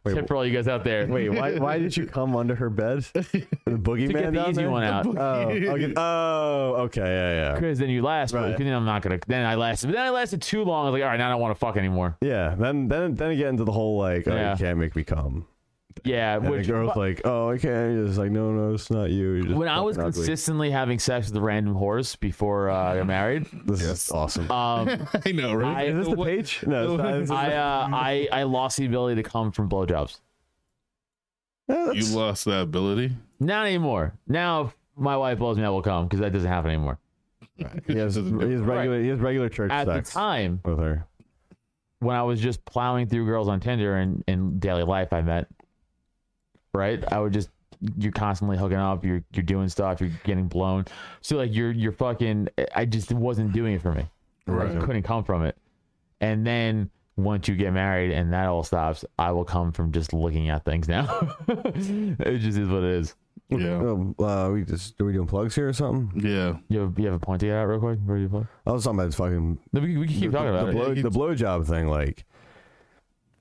Tip for all you guys out there.
Wait,
*laughs*
why, why did you come under her bed? The boogeyman
to get the
down
easy
there?
one out.
Oh, okay. oh, okay, yeah, yeah,
Because then you last, but
Right.
then I'm not gonna. Then I lasted, but then I lasted too long. I was like, all right, now I don't want to fuck anymore.
yeah. Then, then, then again into the whole like, oh,
Yeah.
you can't make me come.
Yeah,
And
which
the girl's
but
like, oh, I can't. It's like, no, no, it's not you. You're just
when I was
fucking ugly."
consistently having sex with the random horse before uh, I got married,
this is awesome.
um,
I know,
I-
right?
is *laughs* this the page? No, it's not. This
*laughs*
is-
I, uh, I I lost the ability to come from blowjobs.
Yeah,
*laughs*
that's-
you lost that ability.
Not anymore. Now if my wife blows me, I will come because that doesn't happen anymore.
He has, he has regular. He has regular church
At
sex
the time,
with her.
when I was just plowing through girls on Tinder and in daily life, I met. Right, I would just you're constantly hooking up, you're you're doing stuff, you're getting blown. So like you're you're fucking. I just it wasn't doing it for me. I
Right.
couldn't come from it, And then once you get married and that all stops, I will come from just looking at things now. *laughs* it just is what it is.
Yeah.
Um, uh, we just are we doing plugs here or something?
Yeah.
You have, you have a point to get out real quick? Where do you play?
I was talking about this fucking
No, we, we can keep talking about
the
it.
blow
you-
the blowjob thing. Like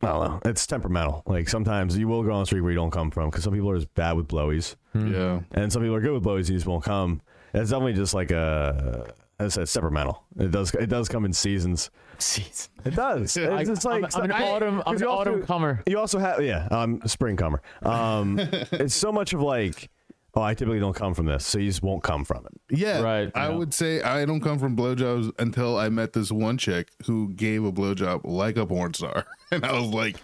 I don't know, it's temperamental. Like sometimes you will go on the street where you don't come from because some people are just bad with blowies,
Hmm.
Yeah.
and some people are good with blowies. You just won't come. And It's definitely just like a. As I said, temperamental. It does. It does come in seasons.
Jeez.
It does.
*laughs* I-
It's, it's like
I'm- I'm an
I-
autumn- I'm
'cause
an
you also-
autumn comer.
You also have yeah, um, spring comer.
*laughs*
Um, it's so much of like, oh, I typically don't come from this, so you just won't come from it.
Yeah,
Right,
I
yeah.
would say I don't come from blowjobs until I met this one chick who gave a blowjob like a porn star, *laughs* and I was like,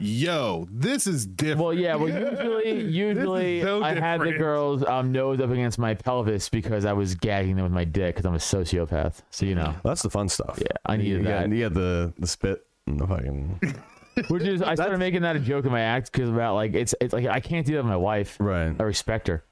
"Yo, this is different."
Well, yeah.
*laughs*
Well, usually, usually
so
I had the
different.
girls' um, nose up against my pelvis because I was gagging them with my dick because I'm a sociopath. So you
*laughs*
know,
That's the fun stuff.
Yeah, I
you,
needed that.
got- You got the the spit and the fucking
which is I started making that a joke in my act because about like it's it's like I can't do that with my wife.
right.
I respect her.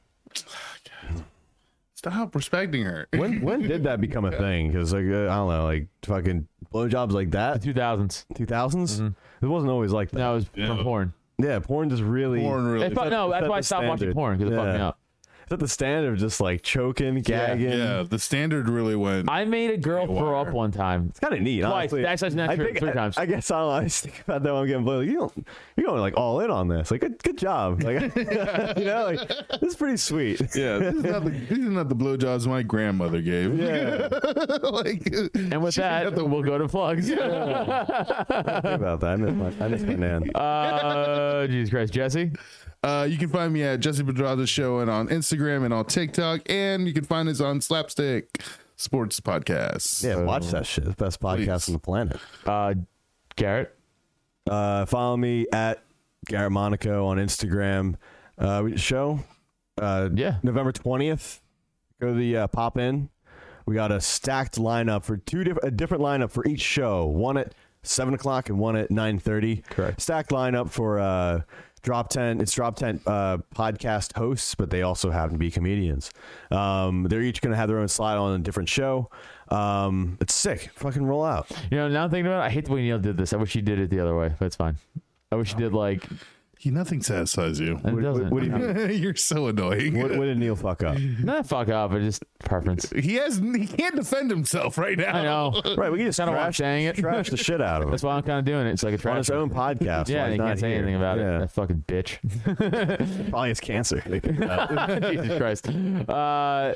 Stop respecting her.
When when did that become a thing? Because like uh, I don't know, like fucking blowjobs like that,
Two thousands.
two
Mm-hmm.
It wasn't always like that.
No, it was from porn.
Yeah, porn just really.
Porn
It
really.
fu- no,
is
that's
that
why I
the
stopped watching
standard?
porn because it fucked me
Yeah.
up.
Is that the standard of just like choking, gagging?
Yeah, the standard really went.
I made a girl throw up one time.
It's kind of neat.
Twice.
honestly.
That's- that's not
I
true.
think-
Three
I-
times.
I, guess I don't know. I just think about that when I'm getting blown. Like, you don't, you're going like all in on this. Like, good,
*laughs*
good job. Like, *laughs* you know, like this is pretty sweet.
yeah, this is not the, these are not the blowjobs my grandmother gave.
Yeah,
*laughs* like,
And with that, we'll go to
*laughs*
plugs.
think about that. I miss my, I miss my nan.
Uh, Jesus Christ, Jesse.
uh, you can find me at Jesse Pedraza Show and on Instagram and on TikTok, and you can find us on Slapstick Sports Podcast.
yeah, watch that shit. It's the best podcast
Please.
on the planet.
Uh, Garrett.
Uh, follow me at Garrett Monaco on Instagram. Uh, we- show uh,
Yeah.
November twentieth. Go to the uh, pop in. We got a stacked lineup for two different a different lineup for each show. One at seven o'clock and one at nine thirty.
Correct.
Stacked lineup for uh, Drop Ten. It's Drop Ten uh, podcast hosts, but they also happen to be comedians. Um, they're each going to have their own slide on a different show. Um, it's sick. Fucking roll out.
You know, now I'm thinking about it, I hate the way Neil did this. I wish he did it the other way, but it's fine. I wish he did like.
He, nothing satisfies you.
It doesn't.
what do you
I know.
*laughs* You're so annoying.
What, what did Neil fuck up?
Not fuck up, but just preference.
He has he can't defend himself right now.
I know.
Right, we can just
Kinda why I'm
trash,
saying it.
trash the shit out of him
That's why I'm kind of doing it. So I can try
on his own podcast.
Yeah,
while
and
he's
he
not
can't say
here.
anything about
Yeah.
it. That fucking
*laughs*
bitch.
Probably
*laughs*
has cancer. They picked it up.
Jesus Christ. Uh,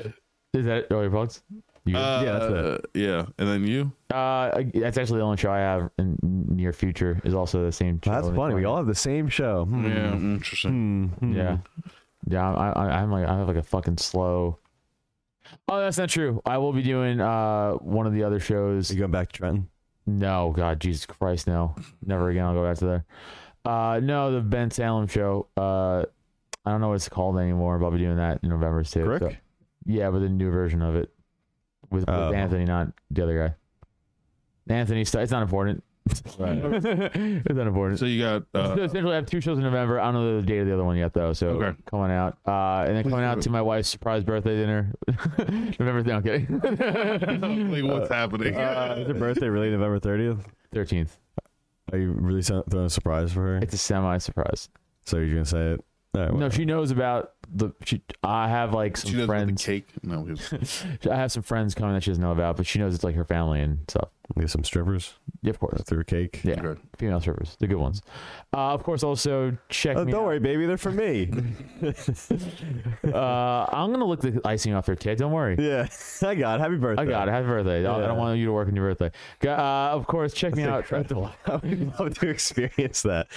is that all your plugs? You good?
yeah, that's it.
Uh, yeah, and then you.
Uh, that's actually the only show I have in near future is also the same. Show
That's
in
funny. We
20.
all have the same show. Hmm.
Yeah, interesting.
Yeah,
Mm-hmm.
yeah. I, I, I'm like I have like a fucking slow. Oh, that's not true. I will be doing uh one of the other shows.
You going back to Trenton?
No, God, Jesus Christ, no, never again. I'll go back to there. Uh, no, the Ben Salem show. Uh, I don't know what it's called anymore, but I'll be doing that in November too.
Crick?
so- yeah, with a new version of it with, with
Oh.
Anthony, not the other guy. Anthony, it's not important. *laughs* it's not important.
So you got
So *laughs*
uh,
essentially, I have two shows in November. I don't know the date of the other one yet, though. So
Okay.
coming out, uh, and then coming out to my wife's surprise birthday dinner, *laughs* November. No, I'm kidding. *laughs*
like what's happening?
Uh,
Uh,
Uh,
Is her birthday really November 30th?
Thirteenth.
Are you really so- throwing a surprise for her?
It's a semi surprise.
So you're going to say it? All right,
No,
whatever.
she knows about the. She, I have like
she
some
doesn't want the
friends.
cake. No, because-
*laughs* I have some friends coming that she doesn't know about, but she knows it's like her family and stuff.
Get some strippers
Yeah, of course.
through a cake.
Yeah,
Okay.
female servers, the good ones. Uh, of course, also check.
Oh,
me
don't
out.
worry, baby. They're for me.
*laughs* Uh, I'm gonna look the icing off your cake. Don't worry.
yeah. *laughs* I got it. Happy birthday.
I got it. Happy birthday. I- I
Yeah.
don't want you to work on your birthday. Go- Uh, of course, check me out.
*laughs* I would love to experience that.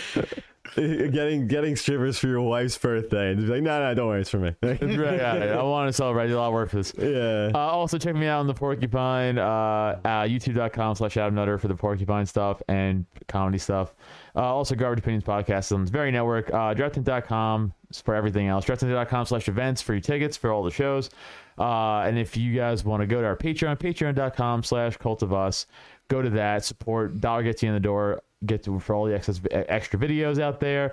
Eh, getting getting strippers for your wife's birthday. And just be like, no, no, don't worry. It's for me. *laughs*
Right, yeah, I want to celebrate. I did a lot of work for this.
yeah.
Uh, also, check me out on the Porcupine, uh, uh, youtube.com slash Adam Nutter for the Porcupine stuff and comedy stuff. Uh, also, Garbage Opinions Podcast on the Very Network, uh, DraftKings.com for everything else, DraftKings.com slash events for your tickets for all the shows. Uh, and if you guys want to go to our Patreon, patreon.com slash cult of us, go to that, support, dollar gets you in the door, get to for all the excess, extra videos e, out there.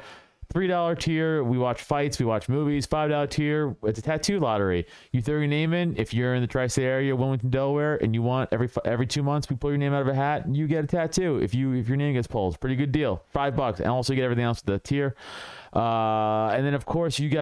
Three dollar tier, we watch fights, we watch movies. Five dollar tier, it's a tattoo lottery. You throw your name in. If you're in the tri-state area, Wilmington, Delaware, and you want every fi- every two months, we pull your name out of a hat and you get a tattoo. If you if your name gets pulled, pretty good deal. Five bucks, and also you get everything else with the tier. Uh, and then of course you got.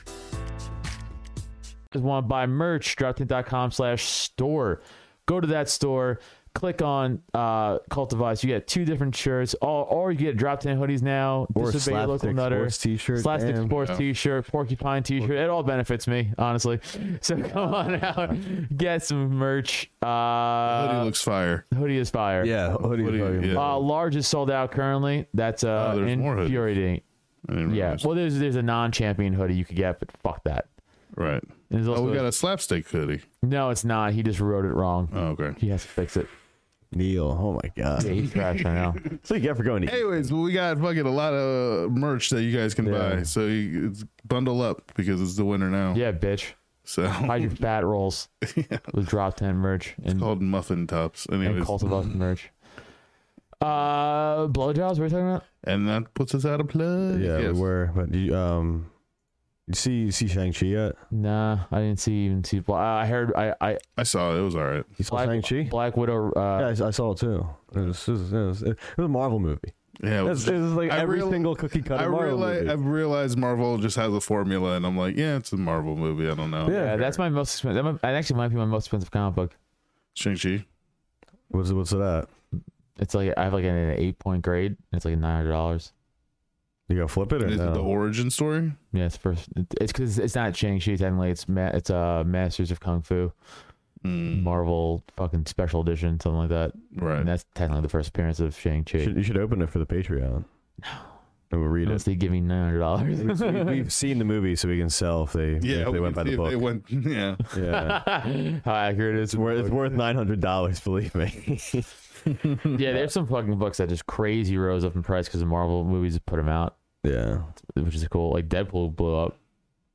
just want to buy merch, droptent.com slash store. Go to that store, click on uh Cultivize. You get two different shirts, all or you get drop ten hoodies now,
Or
Disobey Your local
Slapstick
nutter,
Sports t-shirt,
Slapstick
damn.
sports t shirt, porcupine t shirt. It all benefits me, honestly. *laughs* So come on out, get some merch.
Hoodie
Uh
looks fire.
hoodie is fire.
Yeah, hoodie,
Hoodie,
hoodie.
yeah.
Uh, large is sold out currently. That's uh,
Oh, there's more hoodies. Mm,
infuriating.
I didn't
Yeah.
realize.
Well, there's there's a non-champion hoodie you could get, but fuck that.
right.
There's
Oh,
also
we got a slapstick hoodie.
no, it's not. He just wrote it wrong.
Oh, okay.
He has to fix it.
Neil, oh my god.
Yeah, he's trash right now.
So you get for going to eat.
Anyways, well, we got fucking a lot of merch that you guys can
Yeah.
buy. So you, it's bundle up because it's the winter now.
*laughs* Yeah, bitch.
So
Hide your fat *laughs* rolls with drop ten merch and,
*laughs* called muffin tops.
and
Anyways,
cult of us merch. Uh, blowjobs. What are you talking about?
and that puts us out of plug.
Yeah,
Yes.
we were. But you um, you see, you see Shang Chi yet?
Nah, I didn't see even see. Bla- I heard I I
I saw it. It was all right.
You saw Shang
Black,
Chi?
Black Widow.
Yeah, I,
Uh,
I saw it too. It was, it was, it was- it was a Marvel movie.
Yeah,
It was, it was like
I
every
real-
single cookie cutter
I
Marvel
realize
movie.
I've realized Marvel just has a formula, and I'm like, yeah, it's a Marvel movie. I don't know.
Yeah.
Oh, yeah, that's my most expensive. That might- that actually might be my most expensive comic book.
Shang Chi.
what's what's that?
It's like I have like an, eight point grade. and It's like nine hundred dollars.
You gonna flip it or
Is
no?
it the origin story?
Yeah, it's first. It's because it's not Shang Chi. Technically, it's ma- it's uh Masters of Kung Fu, Hmm.
Mm,
Marvel fucking special edition, something like that.
right.
And that's technically the first appearance of Shang Chi.
You should, you should open it for the Patreon. And we'll read it.
Honestly, giving nine hundred dollars. *laughs*
We- we- We've seen the movie, so we can sell if they
yeah,
if they
we
went by
can
the
see if They
book.
went, *laughs*
*laughs*
yeah.
Yeah,
How accurate it is?
*laughs* it's worth it's worth nine hundred dollars. Believe me.
Yeah, there's some fucking books that just crazy rose up in price because the Marvel movies put them out,
yeah.
which is cool. Like Deadpool blew up.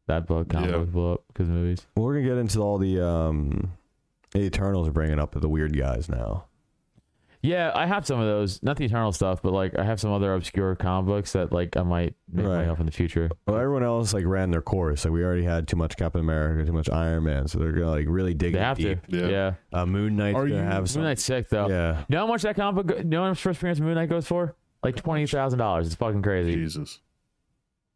That book comic
Yeah.
book blew up because movies.
Well, we're gonna get into all the um, the Eternals are bringing up the weird guys now.
Yeah, I have some of those. Not the Eternal stuff, but like I have some other obscure comic books that like I might make
Right.
money off in the future.
Well, everyone else like ran their course. Like we already had too much Captain America, too much Iron Man, so they're gonna like really dig
They
in
have
deep.
to. Yeah.
Yeah.
Uh, Moon Knight's
Are
gonna
you-
have some.
Moon Knight's sick though.
Yeah.
You know how much that comic book? You know how much first appearance of Moon Knight goes for? Like twenty thousand dollars. It's fucking crazy.
Jesus.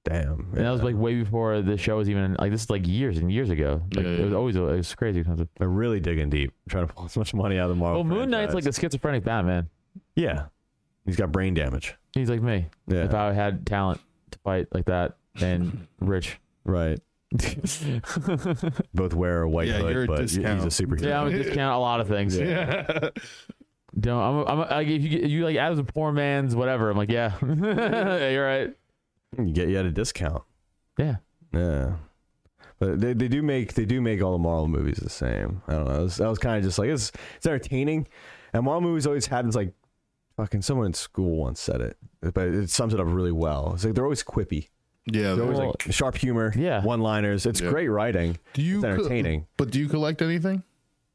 Damn.
And that was
yeah.
like way before the show was even like this is like years and years ago. Like
Yeah,
it was
yeah.
always it was crazy expensive.
they're really digging deep, trying to pull *laughs* as much money out of the Marvel.
Well, Oh, Moon Knight's like
franchise.
the schizophrenic Batman.
yeah. He's got brain damage.
He's like me.
Yeah.
If I had talent to fight like that
*laughs*
and rich.
right. Both wear a white
Yeah,
hood,
you're a
but y-
discount.
he's a superhero.
Yeah, I would discount a lot of things.
Yeah.
Don't I'm, a, I'm a, like if you get- you like as a poor man's whatever. I'm like yeah, *laughs* Yeah, you're right.
You get you at a discount.
Yeah,
Yeah. But they, they do make they do make all the Marvel movies the same. I don't know. I was, I was kind of just like it's it's entertaining, and Marvel movies always had this like fucking someone in school once said it, but it sums it up really well. It's like they're always quippy,
Yeah.
they're always
that-
like sharp humor,
Yeah.
one liners. It's
Yeah.
great writing.
do you
It's
co-
entertaining.
but do you collect anything?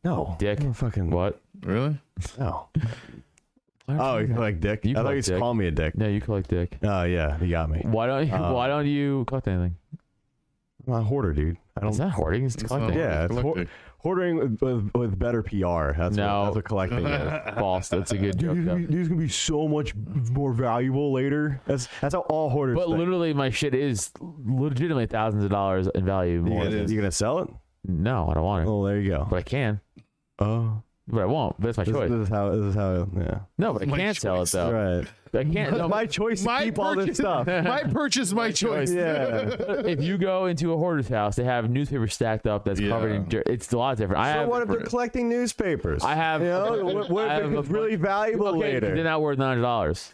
No,
Dick.
I don't fucking
what?
Really?
No. Oh, you like dick?
You
I thought
collect
you just
dick.
call me a
*laughs*
dick.
No, you collect dick.
Oh yeah, you got me.
Why don't you,
Uh,
Why don't you collect anything?
I'm not a hoarder, dude. I don't.
It's not hoarding. It's collecting.
yeah, it's hoard-
Oh, Collecting.
hoarding with, with, with better PR. That's
No.
what, that's what
*laughs*
collecting is.
False. That's a good joke.
Dude, *laughs*
though.
these- these gonna be so much more valuable later. That's that's how all hoarders.
But
think.
literally, my shit is legitimately thousands of dollars in value. More.
it is.
you gonna sell it? Oh.
No, I don't want it.
Well, there you go.
But I can.
oh,
But I won't. But it's my
this,
choice.
this is how. This is how. Yeah.
no, but I
my
can't sell it
choice.
though.
Right.
I
*laughs*
can't. No,
my choice to
My
keep all this
*laughs*
purchase- *laughs*
stuff.
My purchase,
*laughs*
my choice.
yeah.
if you go into a hoarder's house, they have newspaper stacked up that's covered in dirt. It's a lot different. I
So
have,
what if they're collecting newspapers?
I have-
You know, what, what
I
if
have a
it's
bu-
really valuable
okay,
later?
They're not worth nine dollars.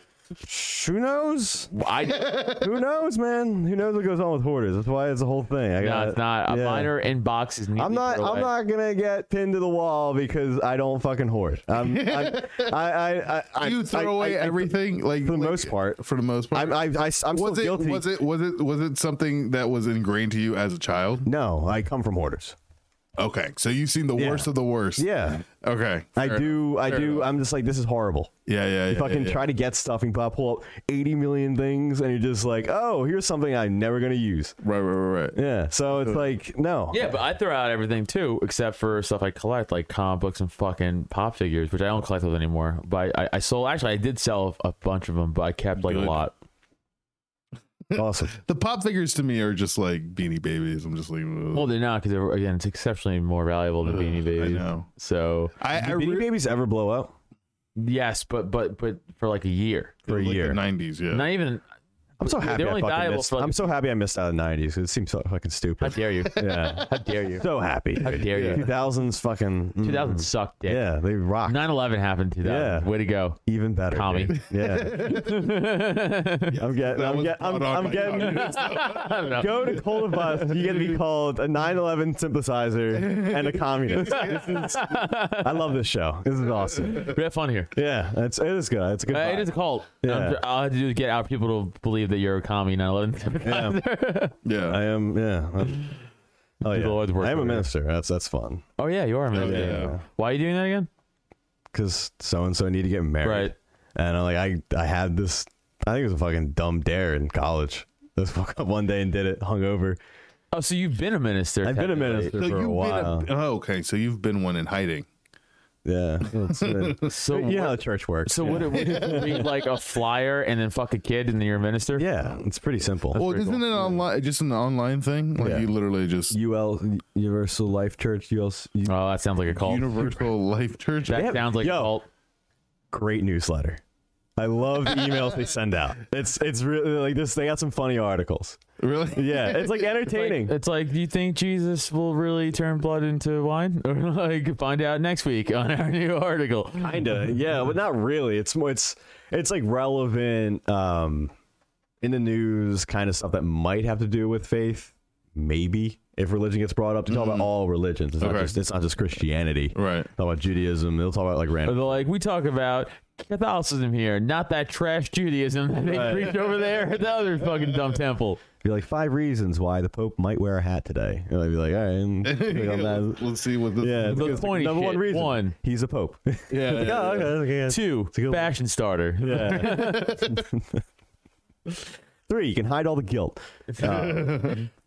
Who knows? *laughs*
I
Who knows, man? Who knows what goes on with hoarders? That's why it's a whole thing. I
no,
got-
it's not.
yeah.
Mine are in boxes.
I'm
neatly
not.
put
I'm
away.
not gonna get pinned to the wall because I don't fucking hoard. I'm, I'm, I, I, I,
*laughs*
I,
You throw
I-
away
I- I-
everything, like
for the
like-
most part.
For the most part,
I'm, I, I, am still
was it
guilty.
was it was it was it something that was ingrained to you as a child?
No, I come from hoarders.
Okay, so you've seen the
Yeah.
worst of the worst.
Yeah,
Okay. fair
I
enough.
do. I
Fair
do.
enough.
I'm just like this is horrible.
Yeah, yeah.
You
yeah,
fucking
yeah, yeah.
try to get stuff and pu- pull up 80 million things, and you're just like, oh, here's something I'm never gonna use.
Right, right, right, right.
Yeah. So it's like no.
Yeah, but I throw out everything too, except for stuff I collect, like comic books and fucking pop figures, which I don't collect those anymore. But I, I sold. Actually, I did sell a bunch of them, but I kept like
Good.
a lot.
Awesome.
The pop figures to me are just like beanie babies. I'm just like, ugh.
Well, they're not because again, it's exceptionally more valuable than Beanie
I
Babies.
know.
So
*laughs* I, I
Did
re-
Beanie Babies ever blow up?
yes, but but but for like a year,
for a
like
year.
The 90s, yeah.
not even.
I'm so happy.
They're
I
only
fucking
valuable
missed-
for like-
I'm so happy I missed out on the 90s. It seems so fucking
How
*laughs*
stupid. *laughs*
dare you?
Yeah.
How dare you?
so happy. How
dare you.
2000s fucking. mm.
2000 sucked. Dick.
Yeah, they rock.
9/11 happened to that.
Yeah.
Way to go. *laughs*
even better.
Commie.
dude.
*laughs*
Yeah. I'm getting.
That
I'm,
was
get, I'm,
brought on
I'm
by
getting.
Congress.
I don't know.
Go to Cold of Us. You get to be called a 9/11 synthesizer and a communist. This is- I love this show. This is awesome.
We have fun here.
Yeah, it's it is good. It's a good.
Uh, it
vibe.
is a cult.
Yeah.
I'm- All I have to do is get our people to believe that you're a commie 9/11.
*laughs* yeah.
I am. Yeah. I'm- oh yeah.
the Lord's work
I am a
over here.
minister. That's that's fun.
*laughs* Oh yeah, you are a minister.
yeah.
Why are you doing that again?
because so and so need to get married.
Right.
And I like I I had this I think it was a fucking dumb dare in college. *laughs* Just woke up one day and did it hungover.
Oh, so you've been a minister.
I've been a
technically.
minister
so
for
you've
a while.
been a, oh, okay. So you've been one in hiding.
yeah. It's- it's-
So
you know
what-
how the church works.
So
yeah.
would it, would it
*laughs*
be like a flyer and then fuck a kid and then you're a minister?
yeah, it's pretty simple.
Well, isn't it online? Just an online thing? Like
Yeah.
you literally just
UL Universal Life Church UL
Oh, that sounds like a cult.
*laughs*
Universal Life Church.
that
Yeah,
sounds like
yo.
a cult.
great newsletter. I love the emails they send out. It's it's really like this. They got some funny articles.
really?
Yeah, it's like
*laughs*
entertaining.
It's like, do you think Jesus will really turn blood into wine? *laughs* Or like, find out next week on our new article.
kinda yeah but not really it's more it's it's like relevant um in the news kind of stuff that might have to do with faith maybe if religion gets brought up they talk about all religions it's, not
Okay.
just, it's not just christianity
Right.
talk about judaism they'll talk about like
Or
random
they're like, we talk about Catholicism here, not that trash Judaism that they preach over there at the other fucking dumb temple.
be like five reasons why the pope might wear a hat today and i'd be like all right and click on that.
*laughs* Let's see what this.
yeah it's
The
like, it's like
pointy
number one
shit.
reason
One.
he's a pope *laughs* yeah,
Yeah, yeah,
oh, okay, okay, yeah.
Two,
a good one.
fashion starter.
Yeah. *laughs* three you can hide all the guilt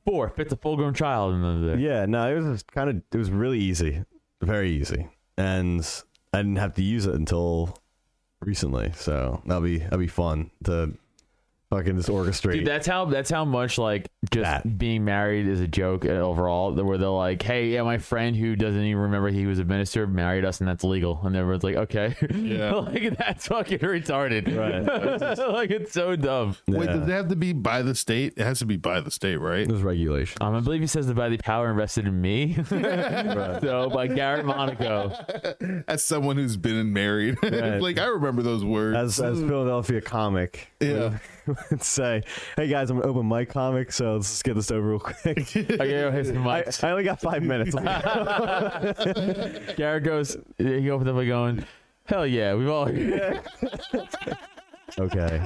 Four, fits a full grown child in the there.
Yeah, no, it was kind of it was really easy, very easy, and I didn't have to use it until recently. So that'll be that'll be fun to fucking just orchestrate.
Dude, that's how that's how much like just
That.
being married is a joke uh, overall. Where they're like, "Hey, yeah, my friend who doesn't even remember he was a minister married us, and that's legal." And everyone's like, "Okay,
Yeah.
*laughs* like that's fucking retarded."
Right.
*laughs* like it's so dumb.
Wait,
Yeah.
does it have to be by the state? It has to be by the state, right?
it was regulation.
Um, I believe he says that by the power invested in me, *laughs* so by Garrett Monaco.
As someone who's been married, *laughs*
Right.
like I remember those words.
As as Philadelphia comic,
yeah.
would say, "Hey guys, I'm an open mic comic, so let's just get this over real quick."
Okay, yo, here's the
I,
mic. *laughs*
I only got five minutes.
Garrett goes. He opens up by going, "Hell yeah, we've all." *laughs*
okay.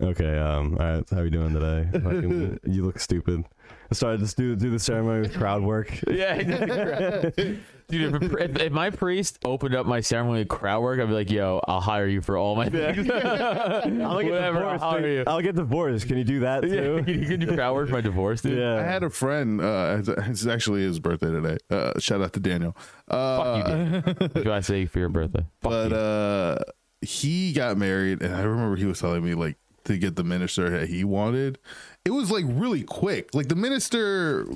Okay. Um. All right. How are you doing today? Fucking- you look stupid. I started to do do the ceremony with crowd work.
Yeah, exactly. *laughs* Dude, if, a, pri- if, if my priest opened up my ceremony to crowd work, I'd be like, "Yo, I'll hire you for all my
*laughs*
things.
I'll get
Whatever,
divorced.
I'll hire you.
I'll get divorced. Can you do that
Yeah, *laughs*
too?
can you can do crowd work for my divorce, dude?
Yeah.
I had a friend. Uh, it's- it's actually his birthday today. Uh, shout out to Daniel. Uh,
Fuck you, dude. What do I say for your birthday? Fuck
but
you.
uh, he got married, and I remember he was telling me like to get the minister that he wanted. It was like really quick. Like the minister,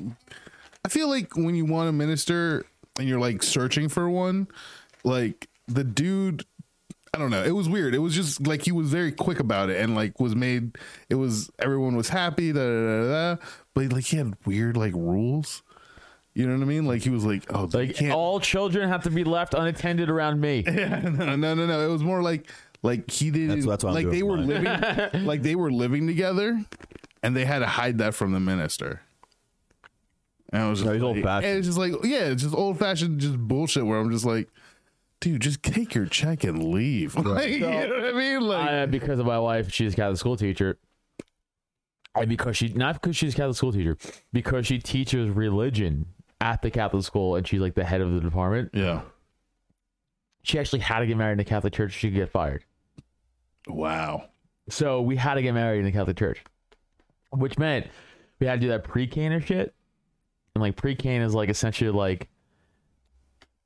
I feel like when you want a minister and you're like searching for one, like the dude. I don't know. It was weird. It was just like he was very quick about it and like was made it was everyone was happy, da da da da. But like he had weird like rules. You know what I mean? Like he was like, oh, you
like
can't-
all children have to be left unattended around
*laughs*
me.
no, no, no, no. It was more like like he didn't
That's- that's what I'm
like
doing
they
for
were
mine.
*laughs*
living like they were living together, and they had to hide that from the minister. And I was just
No, he's
like,
old-fashioned.
and it's just like yeah, it's just old fashioned, just bullshit. Where I'm just like, dude, just take your check and leave. *laughs* Like, you know what I mean? Like,
I, uh, because of my wife, she's a Catholic school teacher. And because she, not because she's a Catholic school teacher, because she teaches religion at the Catholic school and she's like the head of the department.
yeah.
She actually had to get married in the Catholic Church. She could get fired.
Wow.
So we had to get married in the Catholic Church, which meant we had to do that pre-caner shit. And like pre-can is like essentially like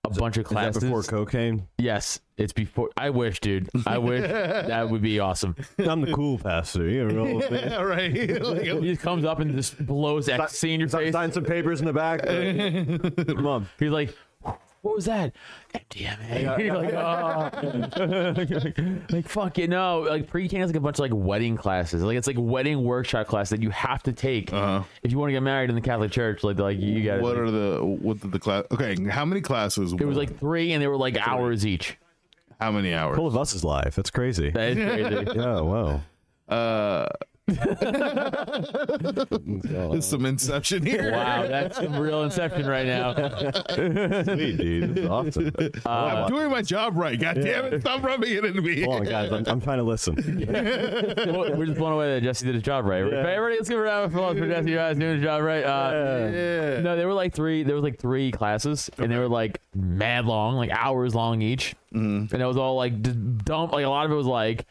a bunch of
Is that
classes.
before cocaine?
yes, it's before. I wish, dude. I wish that would be awesome.
I'm the cool pastor. You know, real-
*laughs*
Yeah, right. Like,
He just comes up and just blows ecstasy in your
Si-
face.
Sign some papers in the
*laughs*
back. Come on.
He's like, what was that? MDMA. You're *laughs* like, oh. like, fuck it. No, like pre-can is like a bunch of like wedding classes. Like it's like wedding workshop class that you have to take if you want to get married in the Catholic Church. Like, like you got
Uh-huh. what are the what did the class? Okay, how many classes?
it was like three, and they were like hours each.
how many hours?
All of us is live.
*laughs*
That's crazy.
*laughs*
That is crazy.
Oh wow. Uh, *laughs*
There's some inception here.
wow, that's some real inception right now.
Sweet dude. This is
*laughs*
awesome.
I'm doing my job right. God damn it! Stop rubbing it into me.
Hold on, guys. I'm, I'm trying to listen.
We're just blown away that Jesse did his job right. Everybody, let's give a round of applause for Jesse. You guys doing his job right. Uh,
Yeah.
No, there were like three. There was like three classes, and they were like mad long, like hours long each. Mm. And it was all like just dump. Like a lot of it was like,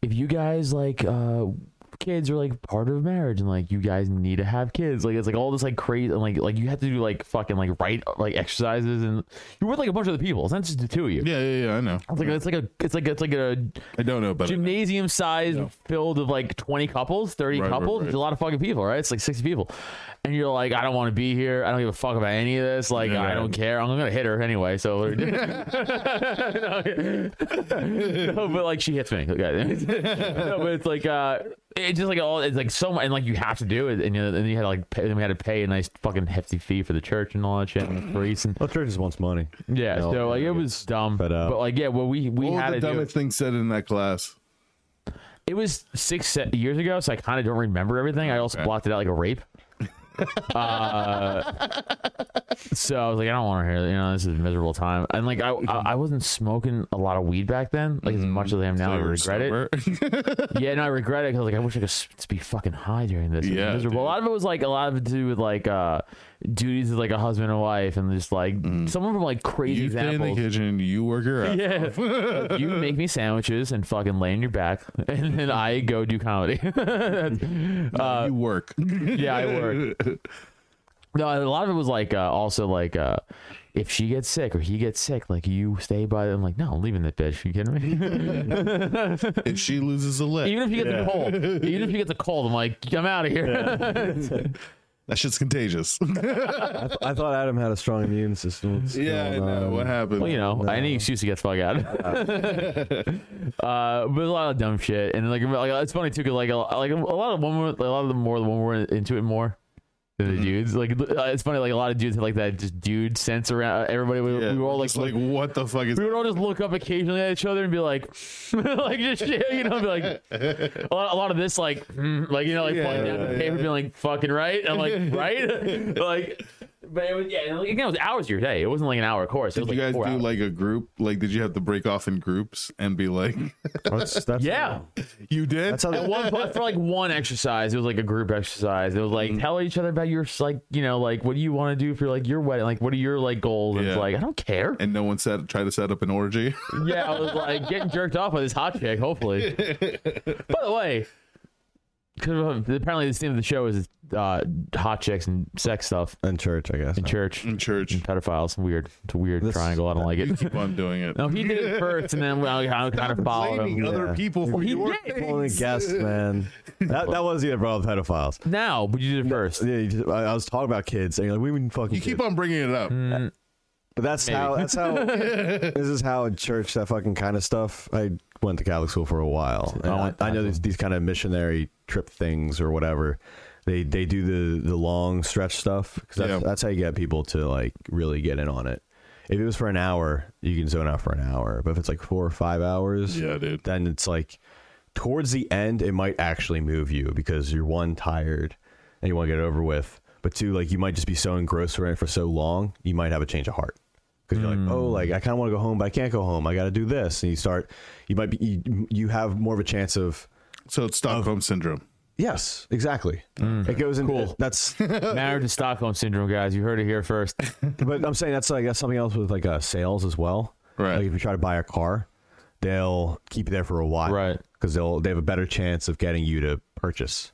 if you guys like uh kids are like part of marriage, and like you guys need to have kids. Like it's like all this like crazy, and like like you have to do like fucking like write like exercises, and you're with like a bunch of other people. It's not just the two of you.
Yeah, yeah, yeah. I know.
It's like it's like a it's like it's like a
I don't know, but
gymnasium size filled of like 20 couples 30
Right, right,
couples
right.
There's a lot of fucking people right it's like 60 people and you're like i don't want to be here i don't give a fuck about any of this like
Yeah.
i don't care i'm gonna hit her anyway so *laughs* what are we doing? no, no, but like she hits me *laughs* no, but it's like uh it's just like all it's like so much and like you have to do it and you know, then you had to like pay, then we had to pay a nice fucking hefty fee for the church and all that shit and the priests and
Well, church just wants money.
*laughs* yeah
No,
so like
yeah,
it was dumb but,
fed up.
like yeah well we we
what
had to
was the
do it.
dumbest thing said in that class?
It was six se- years ago, so I kind of don't remember everything. I also blocked it out like a
*laughs*
rape. uh, so I was like, I don't want to hear. You know, this is a miserable time. And like, I I, I wasn't smoking a lot of weed back then, like as
Mm.
much as I am now. I regret it. Yeah, no, I regret it because like I wish I could s- be fucking high during this. It was
Yeah,
miserable. A lot of it was like a lot of it to do with like uh duties as like a husband and wife, and just like some of them like crazy
Mm. You stay in the
examples.
kitchen. You work your ass.
Yeah. you make me sandwiches and fucking lay on your back, *laughs* and then I go do comedy.
you
*laughs*
work.
yeah, I work. *laughs* No, a lot of it was like uh, also like uh, if she gets sick or he gets sick, like you stay by them. Like, no, I'm leaving that bitch. You kidding *laughs* me?
if she loses a leg,
even if you get the cold, even if you get the cold, I'm like, I'm out of here.
that
*laughs*
shit's contagious.
I thought Adam had a strong immune system. What's going on?
What happened?
Well, *laughs* you know, any excuse to get the fuck *laughs* out. uh, but a lot of dumb shit, and like, like, it's funny too, 'cause, like, a, like a lot of women, a lot of the more the women were into it more than the dudes. Like, uh, it's funny, like a lot of dudes had like that just dude sense around everybody. We,
Yeah,
we were all like,
just like, what the fuck is?
we would all just look up occasionally at each other and be like, *laughs* like just shit, you know, be like a lot, a lot of this, hmm,
*laughs*
like, mm, like you know, like pointing down the paper, being like, fucking right, *laughs* and like right, like But it was yeah, and again, it was hours of your day. It wasn't like an hour course. It
Did
was like
you guys do
four hours.
like a group? Like, did you have to break off in groups and be like, *laughs*
That's, that's,
yeah. *laughs*
you did?
That's how
At
they,
one point, for like one exercise, it was like a group exercise. It was like
Mm-hmm.
tell each other about your like you know like what do you want to do for like your wedding, like what are your like goals? And it's
Yeah.
like I don't care.
and no one said try to set up an orgy.
yeah, I was like getting jerked off by this hot chick. Hopefully. by the way, because apparently the theme of the show is uh, hot chicks and sex stuff
in church, I guess.
in church.
in
*laughs*
church.
pedophiles. Weird. It's a weird
Uh-huh. This-
triangle. I don't like
*laughs* You
it.
keep on doing it.
No, he did it first, and then well, I kind of followed
Blaming
him.
other
Yeah.
people for
He
your
did.
People only
things.
guess, man. That, that was the about the pedophiles.
Now, but you did it first.
*laughs* Yeah, you just, I, I was talking about kids, and you're like, we mean fucking
You
kids.
keep on bringing it up.
But that's how.
*laughs*
That's how. this is how in church that fucking kind of stuff. I went to Catholic school for a while. And I,
went to
I know these, these kind of missionary trip things or whatever. They they do the the long stretch stuff 'cause that's,
Yeah.
that's how you get people to like really get in on it. If it was for an hour, you can zone out for an hour. But if it's like four or five hours,
Yeah, dude.
then it's like towards the end it might actually move you because you're one tired and you want to get it over with but two like you might just be so engrossed around it for so long you might have a change of heart because you're like oh like i kind of want to go home but i can't go home i gotta do this and you start you might be you, you have more of a chance of
So it's
Oh.
Stockholm syndrome.
yes exactly it goes into that's
Marriage to Stockholm syndrome, guys. You heard it here first.
but i'm saying that's like that's something else with like uh, sales as well
Right.
like if you try to buy a car they'll keep you there for a while
Right.
because they'll they have a better chance of getting you to purchase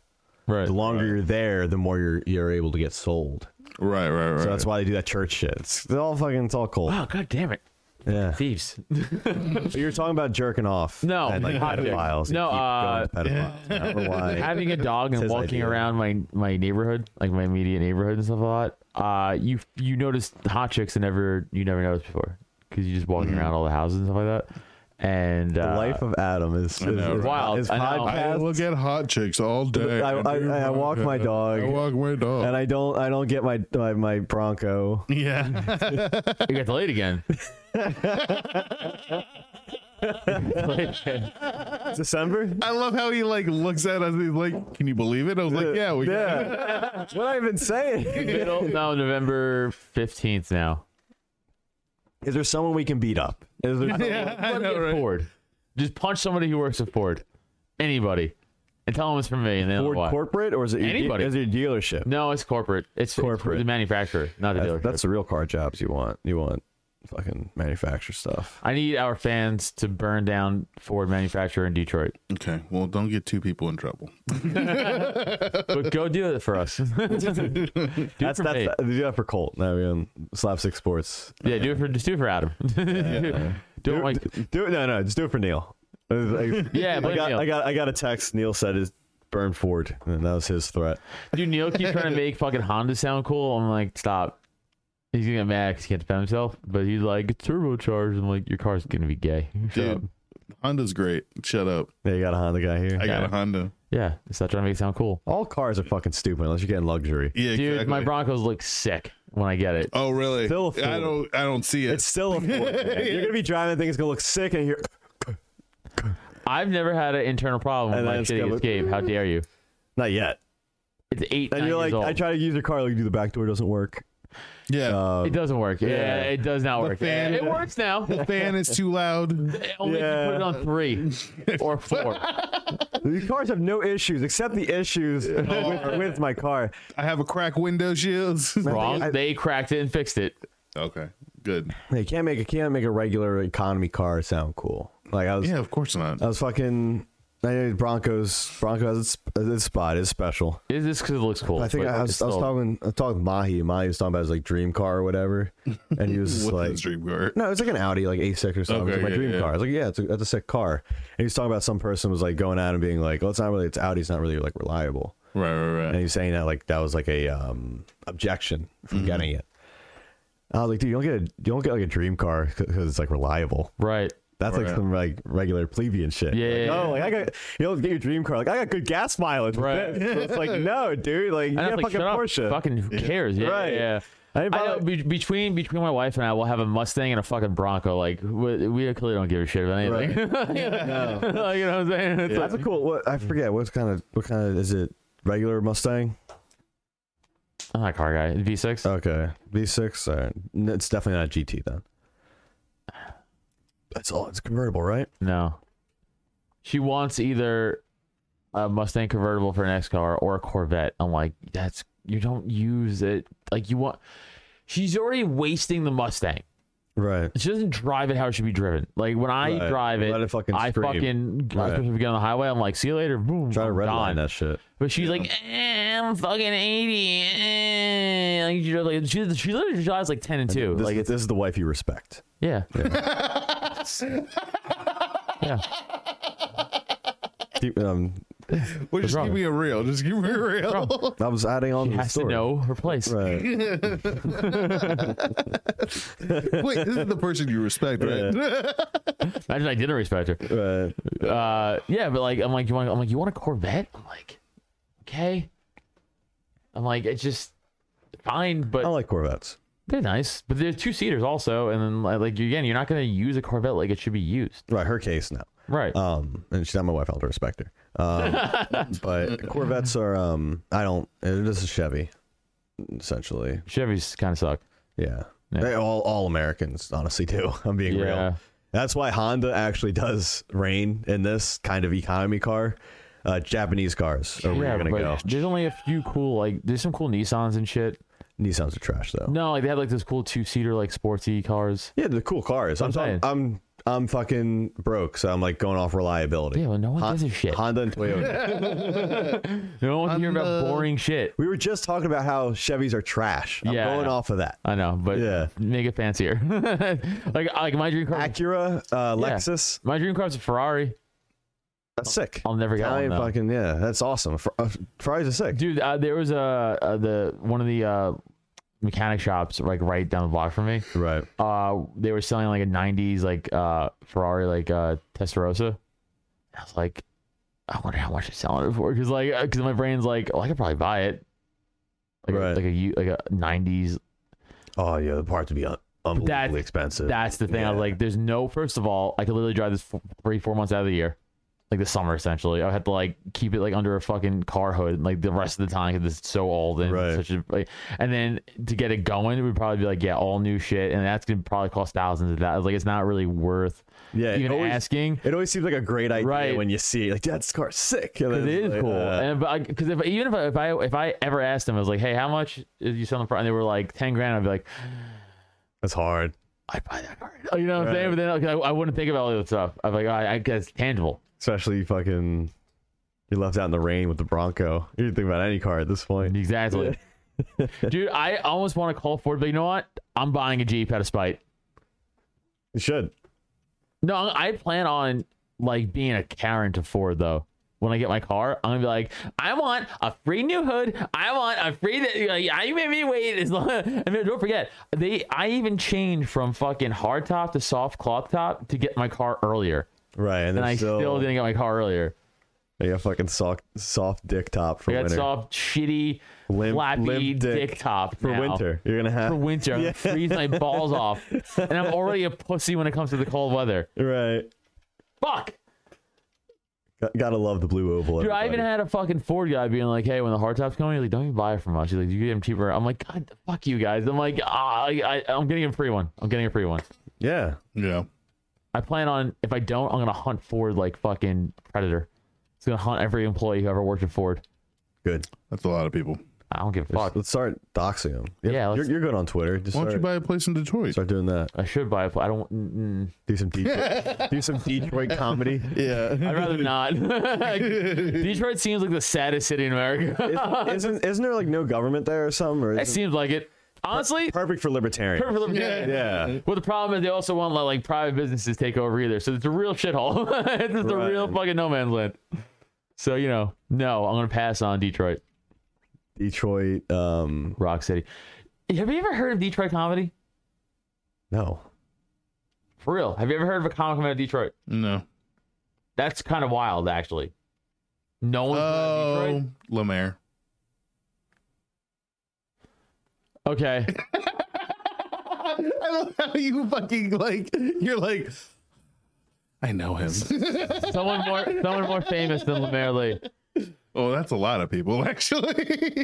Right.
the longer you're there, the more you're you're able to get sold.
Right, right, right.
So that's why they do that church shit. It's they're all fucking it's
*gasps*
all cold.
Wow. God damn Oh, it.
Yeah.
Thieves.
So you're talking about jerking off.
No,
and like
hot dick.
pedophiles. You
No,
keep
uh,
going to pedophiles. I don't know why.
Having a dog and
Says
walking
idea.
around my my neighborhood, like my immediate neighborhood and stuff a lot. Uh, you you notice hot chicks that never you never noticed before because you're just walking around all the houses and stuff like that. And
Mm-hmm. the
uh,
life of Adam is, is,
know,
is
right?
Wild.
His
I know.
I
podcast.
look at hot chicks all day.
I- I-
dude.
I- I walk my dog.
*laughs* I walk my dog.
and I don't, I don't get my my, my Bronco.
yeah. *laughs*
you got delayed
*laughs*
again.
December.
I love how he like looks at us. He's like, "Can you believe it?" I was like, "Yeah, we
Yeah. what I've been saying.
Middle, no, November fifteenth now.
Is there someone we can beat up? Is *laughs* there?
Yeah, *laughs* I
Let me
know,
get
Oh, right?
Ford. Just punch somebody who works at Ford. Anybody. And tell them it's from me and then
Ford
why.
corporate or is it your de-
Anybody.
Is it your dealership?
no, it's corporate. It's
Corporate.
corporate. the manufacturer, not the
That's-
dealer.
That's the real car jobs you want. You want fucking manufacture stuff.
I need our fans to burn down Ford manufacturer in Detroit.
Okay. Well, don't get two people in trouble.
But go do it for us. do
*laughs* That's
it for
that's
me.
they do that for Colt. No, I mean slapstick sports.
yeah, do it for just do it for
*laughs*
Adam. *laughs* Don't like
Do it. No, no, just do it for Neil. I- I-
*laughs* Yeah,
I
blame
got,
Neil.
I got, I got a text. Neil said is burn Ford, and that was his threat.
dude Neil keeps trying to make fucking Honda sound cool. I'm like, stop. He's gonna get mad because he can't defend himself. But he's like, it's turbocharged. I'm like, your car's gonna be gay.
Dude, Honda's great. Shut up.
Yeah, you got a Honda guy here.
I got a Honda.
Yeah, it's not trying to make it sound cool.
All cars are fucking stupid unless you're getting luxury.
Yeah,
Dude,
exactly.
my Broncos look sick when I get it.
Oh, really?
Still a fool.
I don't. I don't see it.
It's still a Ford.
*laughs*
man. You're gonna be driving. The thing it's gonna look sick, and you're
I've never had an internal problem with
And
my
then it's
shitty
gonna-
escape. How dare you?
not yet.
It's eight.
And
nine
you're
years
like,
old.
I try to use your car, like, do the back door doesn't work. uh,
yeah.
It doesn't work. Yeah, it does not work.
fan-
it works
*laughs*
now.
the fan is too loud.
Only if you put
Yeah.
it on three
*laughs*
or four.
These cars have no issues except the
*laughs*
issues with, with my car.
I have a crack window *laughs* shields.
Wrong. they cracked it and fixed it.
okay. Good.
They can't make a can't make a regular economy car sound cool. Like I was,
Yeah, of course not.
I was fucking. I know Broncos. Bronco has its, its spot is special.
Is this because it looks cool?
I think
but
I
it's
was, I was
still-
talking. I was talking with Mahi. Mahi was talking about his like dream car
*laughs*
or whatever, and he was just
What's
like,
his dream car?
No, it's like an Audi, like A6 or something.
Okay,
it's like my
yeah,
dream
yeah.
car. I was like, yeah, it's a, that's a sick car. And he was talking about some person was like going out and being like, well, it's not really. It's Audi's not really like reliable.
Right, right,
and
right.
he's saying that like that was like a um objection from
Mm-hmm.
getting it. I was like, dude, you don't get a, you don't get like a dream car because it's like reliable.
Right.
That's like
Right.
some like regular plebeian shit.
Yeah,
Like,
yeah,
oh, like I got you don't get your dream car. Like I got good gas mileage. with
Right.
this. *laughs* So it's like no, dude. Like you
And I
got
was like,
fucking
shut up.
Porsche.
Fucking who cares? Yeah,
Right.
yeah.
I
I
didn't
know,
bother-
be- between between my wife and I, we'll have a Mustang and a fucking Bronco. Like we, we clearly don't give a shit about anything. *laughs* like, you know what I'm saying? It's
That's a
like,
cool. What I forget. What kind of what kind of is it? Regular Mustang.
I'm not a car guy. V6.
Okay, V6. All right. N- It's definitely not a GT then. That's all. It's convertible, right?
no. She wants either a Mustang convertible for an X car or a Corvette. I'm like, that's you don't use it. Like you want. She's already wasting the Mustang.
Right.
She doesn't drive it how it should be driven. Like when I
Right.
drive it,
Let it fucking
I
scream.
fucking
Right.
especially if we get on the highway. I'm like, see you later. Boom.
Try to
I'm
redline
gone.
that shit.
But she's like, eh, I'm fucking 80. Eh. Like, you know, like, she, she literally drives like 10 and 2.
This,
like, it's,
this is the wife you respect.
yeah. *laughs* Yeah.
Keep- um,
Well, just
wrong?
give me a real. Just give me a real.
I was adding on. to the
Has to
story.
know her place. *laughs*
Right.
*laughs* Wait, this is the person you respect, right?
Imagine I didn't respect her.
Right.
Uh, yeah, but like, I'm like, you want, I'm like, you want a Corvette? I'm like, okay. I'm like, it's just fine, but
I like Corvettes.
they're nice. But they're two seaters also. And then, like, like, again, you're not going to use a Corvette like it should be used.
Right. Her case now.
Right.
Um, and she's not my wife. I'll respect her.
*laughs*
Um, but Corvettes are. Um, I don't. It is a Chevy, essentially.
Chevys kind of suck.
Yeah.
Yeah.
They- all all Americans honestly do. *laughs* I'm being
Yeah.
real. That's why Honda actually does reign in this kind of economy car. Uh, Japanese cars are where
yeah,
you're gonna
but
go.
there's only a few cool, like, there's some cool Nissans and shit.
Nissans are trash though.
No, like they had like those cool two seater like sportsy cars.
Yeah, they're cool cars. I'm
saying.
talking, I'm I'm fucking broke, so I'm like going off reliability.
Yeah, well, no one gives a shit.
Honda and
*laughs*
Toyota.
No one wants to hear about boring shit.
we were just talking about how Chevys are trash. I'm
Yeah, I
going
know.
off of that.
I know, but
Yeah.
make it fancier. *laughs* like like my dream car,
Acura, uh, Lexus.
my dream car is a Ferrari.
That's sick.
I'll never get
Italian
one, though.
fucking yeah. That's awesome. Fer- uh, Ferraris are sick.
Dude, uh, there was a uh, the one of the uh, mechanic shops like right down the block from me.
Right.
Uh, they were selling like a '90s like uh Ferrari like uh Testarossa. I was like, I wonder how much they're selling it for because like because my brain's like, oh, I could probably buy it. Like a,
Right.
like a u- like a '90s
Oh yeah, the parts would be un- unbelievably
That's-
expensive.
That's the thing. I was
Yeah.
like, there's no. First of all, I could literally drive this f- three, four months out of the year, like the summer essentially. I had to like keep it like under a fucking car hood like the rest of the time because it's so old and
Right.
such a. Like, and then to get it going, it would probably be like, yeah, all new shit, and that's gonna probably cost thousands of dollars. Like, it's not really worth
yeah, it
even
always-
asking.
*laughs* It always seems like a great idea
Right.
when you see it. like that's car sick. uh,
Because it is cool, and because if even if I, if I if I ever asked them, I was like, "Hey, how much is you selling for?" And they were like, 10 grand." I'd be like,
that's hard.
"I'd buy that card." You know what I'm saying? But then like, I, I wouldn't think about all that stuff. I'm like, oh, "I, I guess tangible."
Especially fucking you're left out in the rain with the Bronco. You didn't think about any car at this point.
Exactly.
*laughs*
Dude, I almost want to call Ford, but you know what? I'm buying a Jeep out of spite.
You should.
No, I plan on like being a Karen to Ford though. When I get my car, I'm gonna be like, I want a free new hood. I want a free. That, like, I made me wait as long. *laughs* I mean, don't forget, they. I even changed from fucking hard top to soft cloth top to get my car earlier,
Right, and,
and
then
I
still,
still didn't get my car earlier.
You got fucking soft, soft dick top for
I got
winter.
soft, shitty,
Limp-
flappy
limp
dick,
dick
top
for
now.
winter. You're gonna have
for
*laughs*
winter. I'm gonna freeze my balls off, and I'm already a pussy when it comes to the cold weather.
right.
Fuck,
Got, gotta love the blue oval.
dude. I
everybody.
even had a fucking Ford guy being like, "Hey, when the hard top's coming, he's like, don't even buy it from us. He's like, you get them cheaper." I'm like, "God, fuck you guys." I'm like, "Ah, I, I, I'm getting a free one. I'm getting a free one."
yeah.
*laughs* Yeah.
I plan on if I don't, I'm gonna hunt Ford like fucking Predator. It's gonna hunt every employee who ever worked at Ford.
Good.
That's a lot of people.
I don't give a fuck.
Let's start doxing them.
Yeah, let's-
you're, you're good on Twitter. Just
Why don't you
start-
buy a place in Detroit?
start doing that.
I should buy. A, I don't. Mm,
*laughs*
Do some Detroit, do some Detroit comedy.
Yeah.
I'd
*laughs*
rather not. *laughs* Detroit seems like the saddest city in America.
Isn't, isn't isn't there like no government there or something?
*laughs*
Or
It
is it
seems like it. Honestly,
perfect for libertarian?
perfect libertarian.
Yeah,
Well, the problem is they also won't let like private businesses take over either. So it's a real shithole. *laughs* it's just a real
Right.
fucking no man's land. So you know, no, I'm gonna pass on Detroit,
Detroit. Um,
Rock City. Have you ever heard of Detroit comedy?
no,
For real, have you ever heard of a comic coming out of Detroit?
No.
That's kind of wild, actually. No one's out of
Oh,
Detroit.
Lemaire. *laughs*
Okay,
I love how you fucking like. You're like. I know him.
someone more, someone more famous than Lemaire Lee.
*laughs* Oh, that's a lot of people *laughs* actually.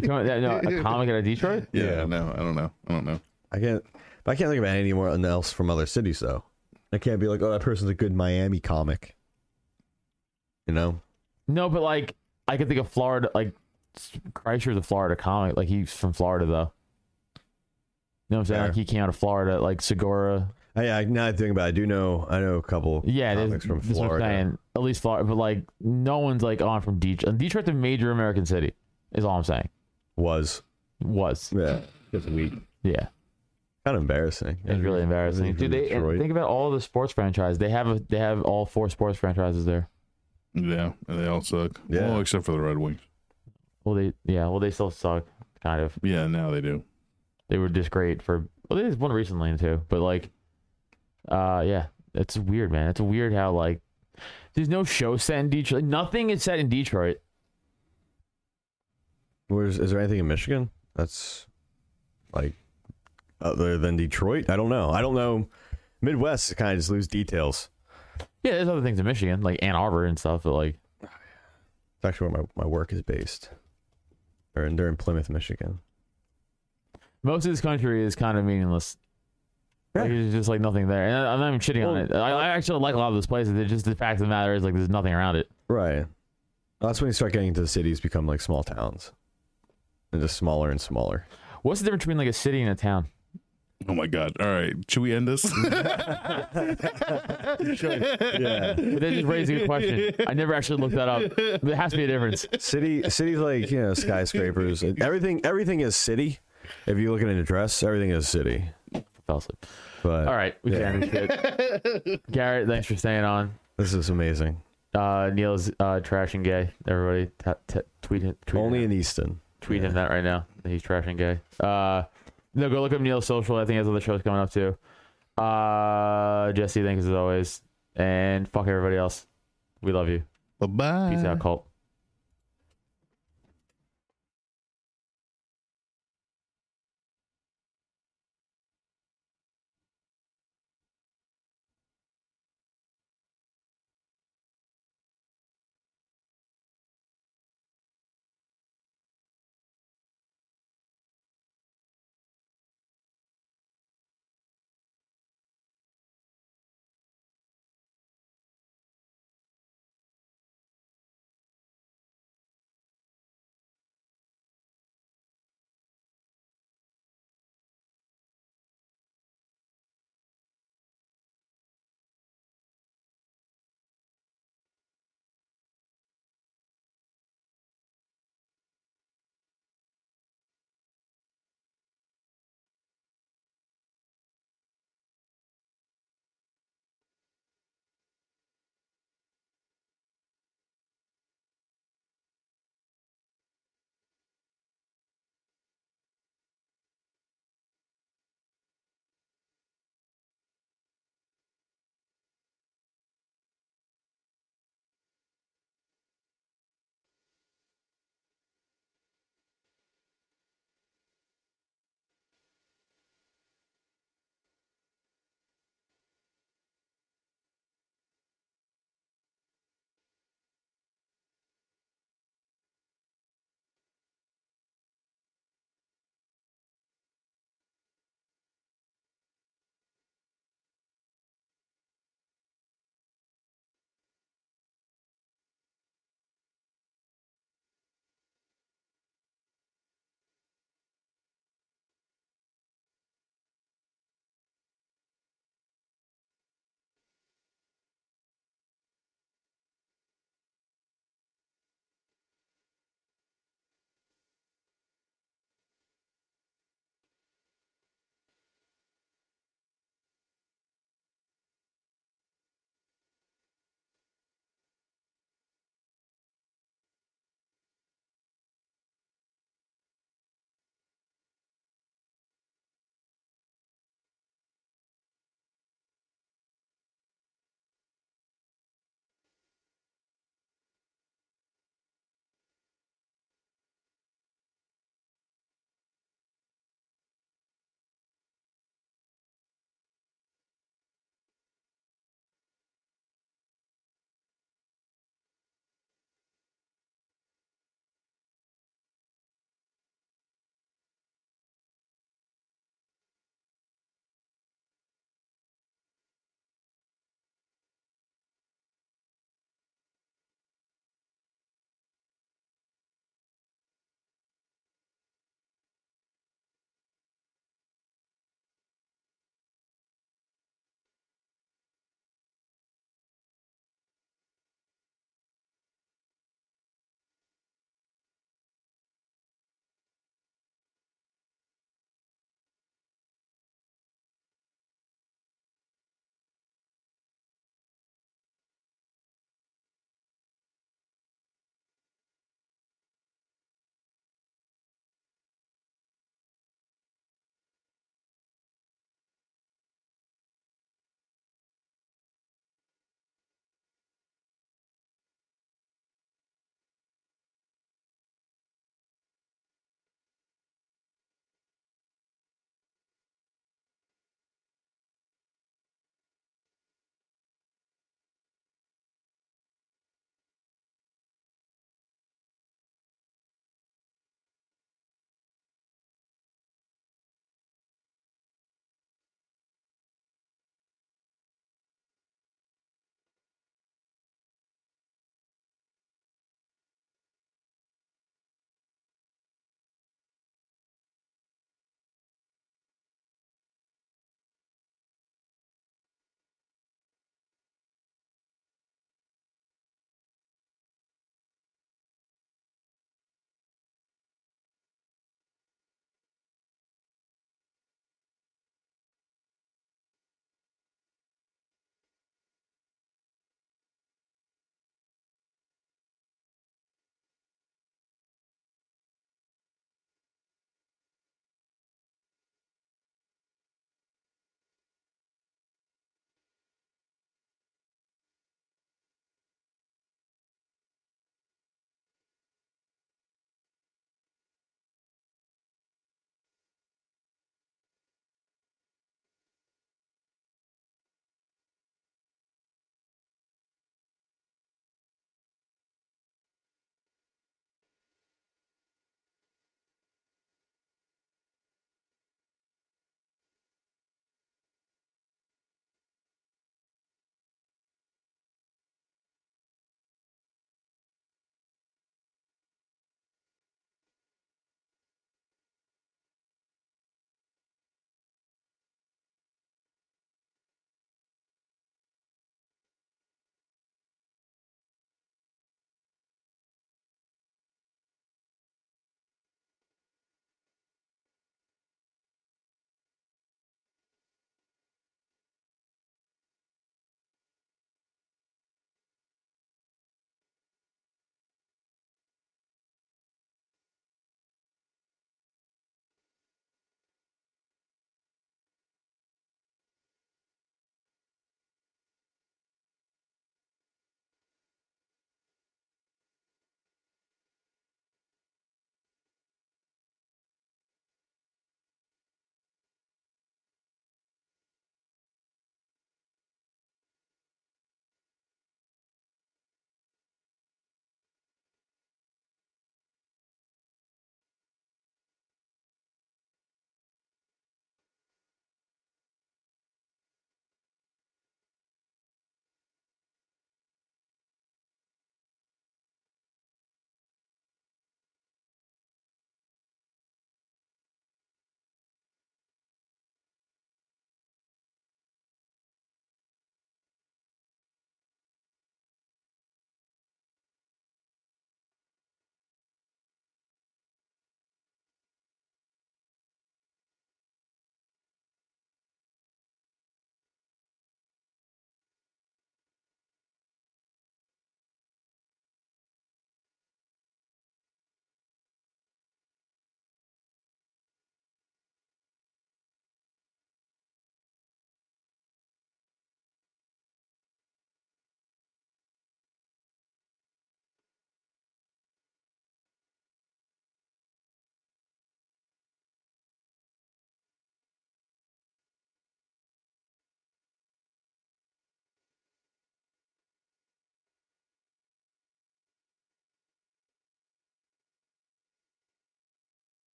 You know, no, a comic out of Detroit.
yeah, no, I don't know. I don't know.
I can't. I can't think of anyone else from other cities though. I can't be like, oh, that person's a good Miami comic. You know,
No, but like I could think of Florida. Like Kreischer's a Florida comic. Like he's from Florida though. You know what I'm saying?
Fair.
Like he came out of Florida. Like Segura.
I, I now that I think about. It, I do know. I know a couple.
Yeah, it
comics
is,
from
that's what I'm
Florida.
saying. At least Florida, but like no one's like on from Detroit. Detroit's a major American city. Is all I'm saying.
Was
Was
yeah, it's weak.
yeah.
Kind of embarrassing.
It's really embarrassing. Dude, they and think about all the sports franchise. They have a, they have all four sports franchises there.
Yeah, and they all suck.
Yeah.
Well, except for the Red Wings.
Well, they yeah. Well, they still suck. Kind of.
Yeah, now they do.
They were just great for. Well, they just won recently too. But like, uh, yeah. It's weird, man. It's weird how like there's no show set in Detroit. Nothing is set in Detroit.
Where's is there anything in Michigan that's like other than Detroit? I don't know. I don't know. Midwest kind of just lose details.
Yeah, there's other things in Michigan, like Ann Arbor and stuff. But like,
It's actually where my, my work is based. They're in, they're in Plymouth, Michigan.
most of this country is kind of meaningless. Like,
Yeah.
there's just like nothing there, and I- I'm not even shitting on
Well, uh,
it. I, I actually like a lot of those places. It's just the fact of the matter is like there's nothing around it.
Right. That's when you start getting into the cities, become like small towns, and just smaller and smaller.
What's the difference between like a city and a town?
Oh my god. All right. Should we end this?
But that just raises a good question. I never actually looked that up. There has to be a difference.
*laughs* City, cities like you know skyscrapers. Everything, everything is city. If you look at an address, everything is city.
Fell asleep.
But
All right, we can end this shit.
*laughs*
Garrett, thanks for staying on.
this is amazing.
Uh, Neil's uh, trash and gay. Everybody, t- t- tweet it. Tweet
Only
him,
in Easton.
tweet him that right now. that He's trash and gay. Uh, no, go look up Neil's social. I think he has other shows coming up too. Uh, Jesse, thanks as always, and fuck everybody else. We love you.
Bye bye.
Peace out, cult.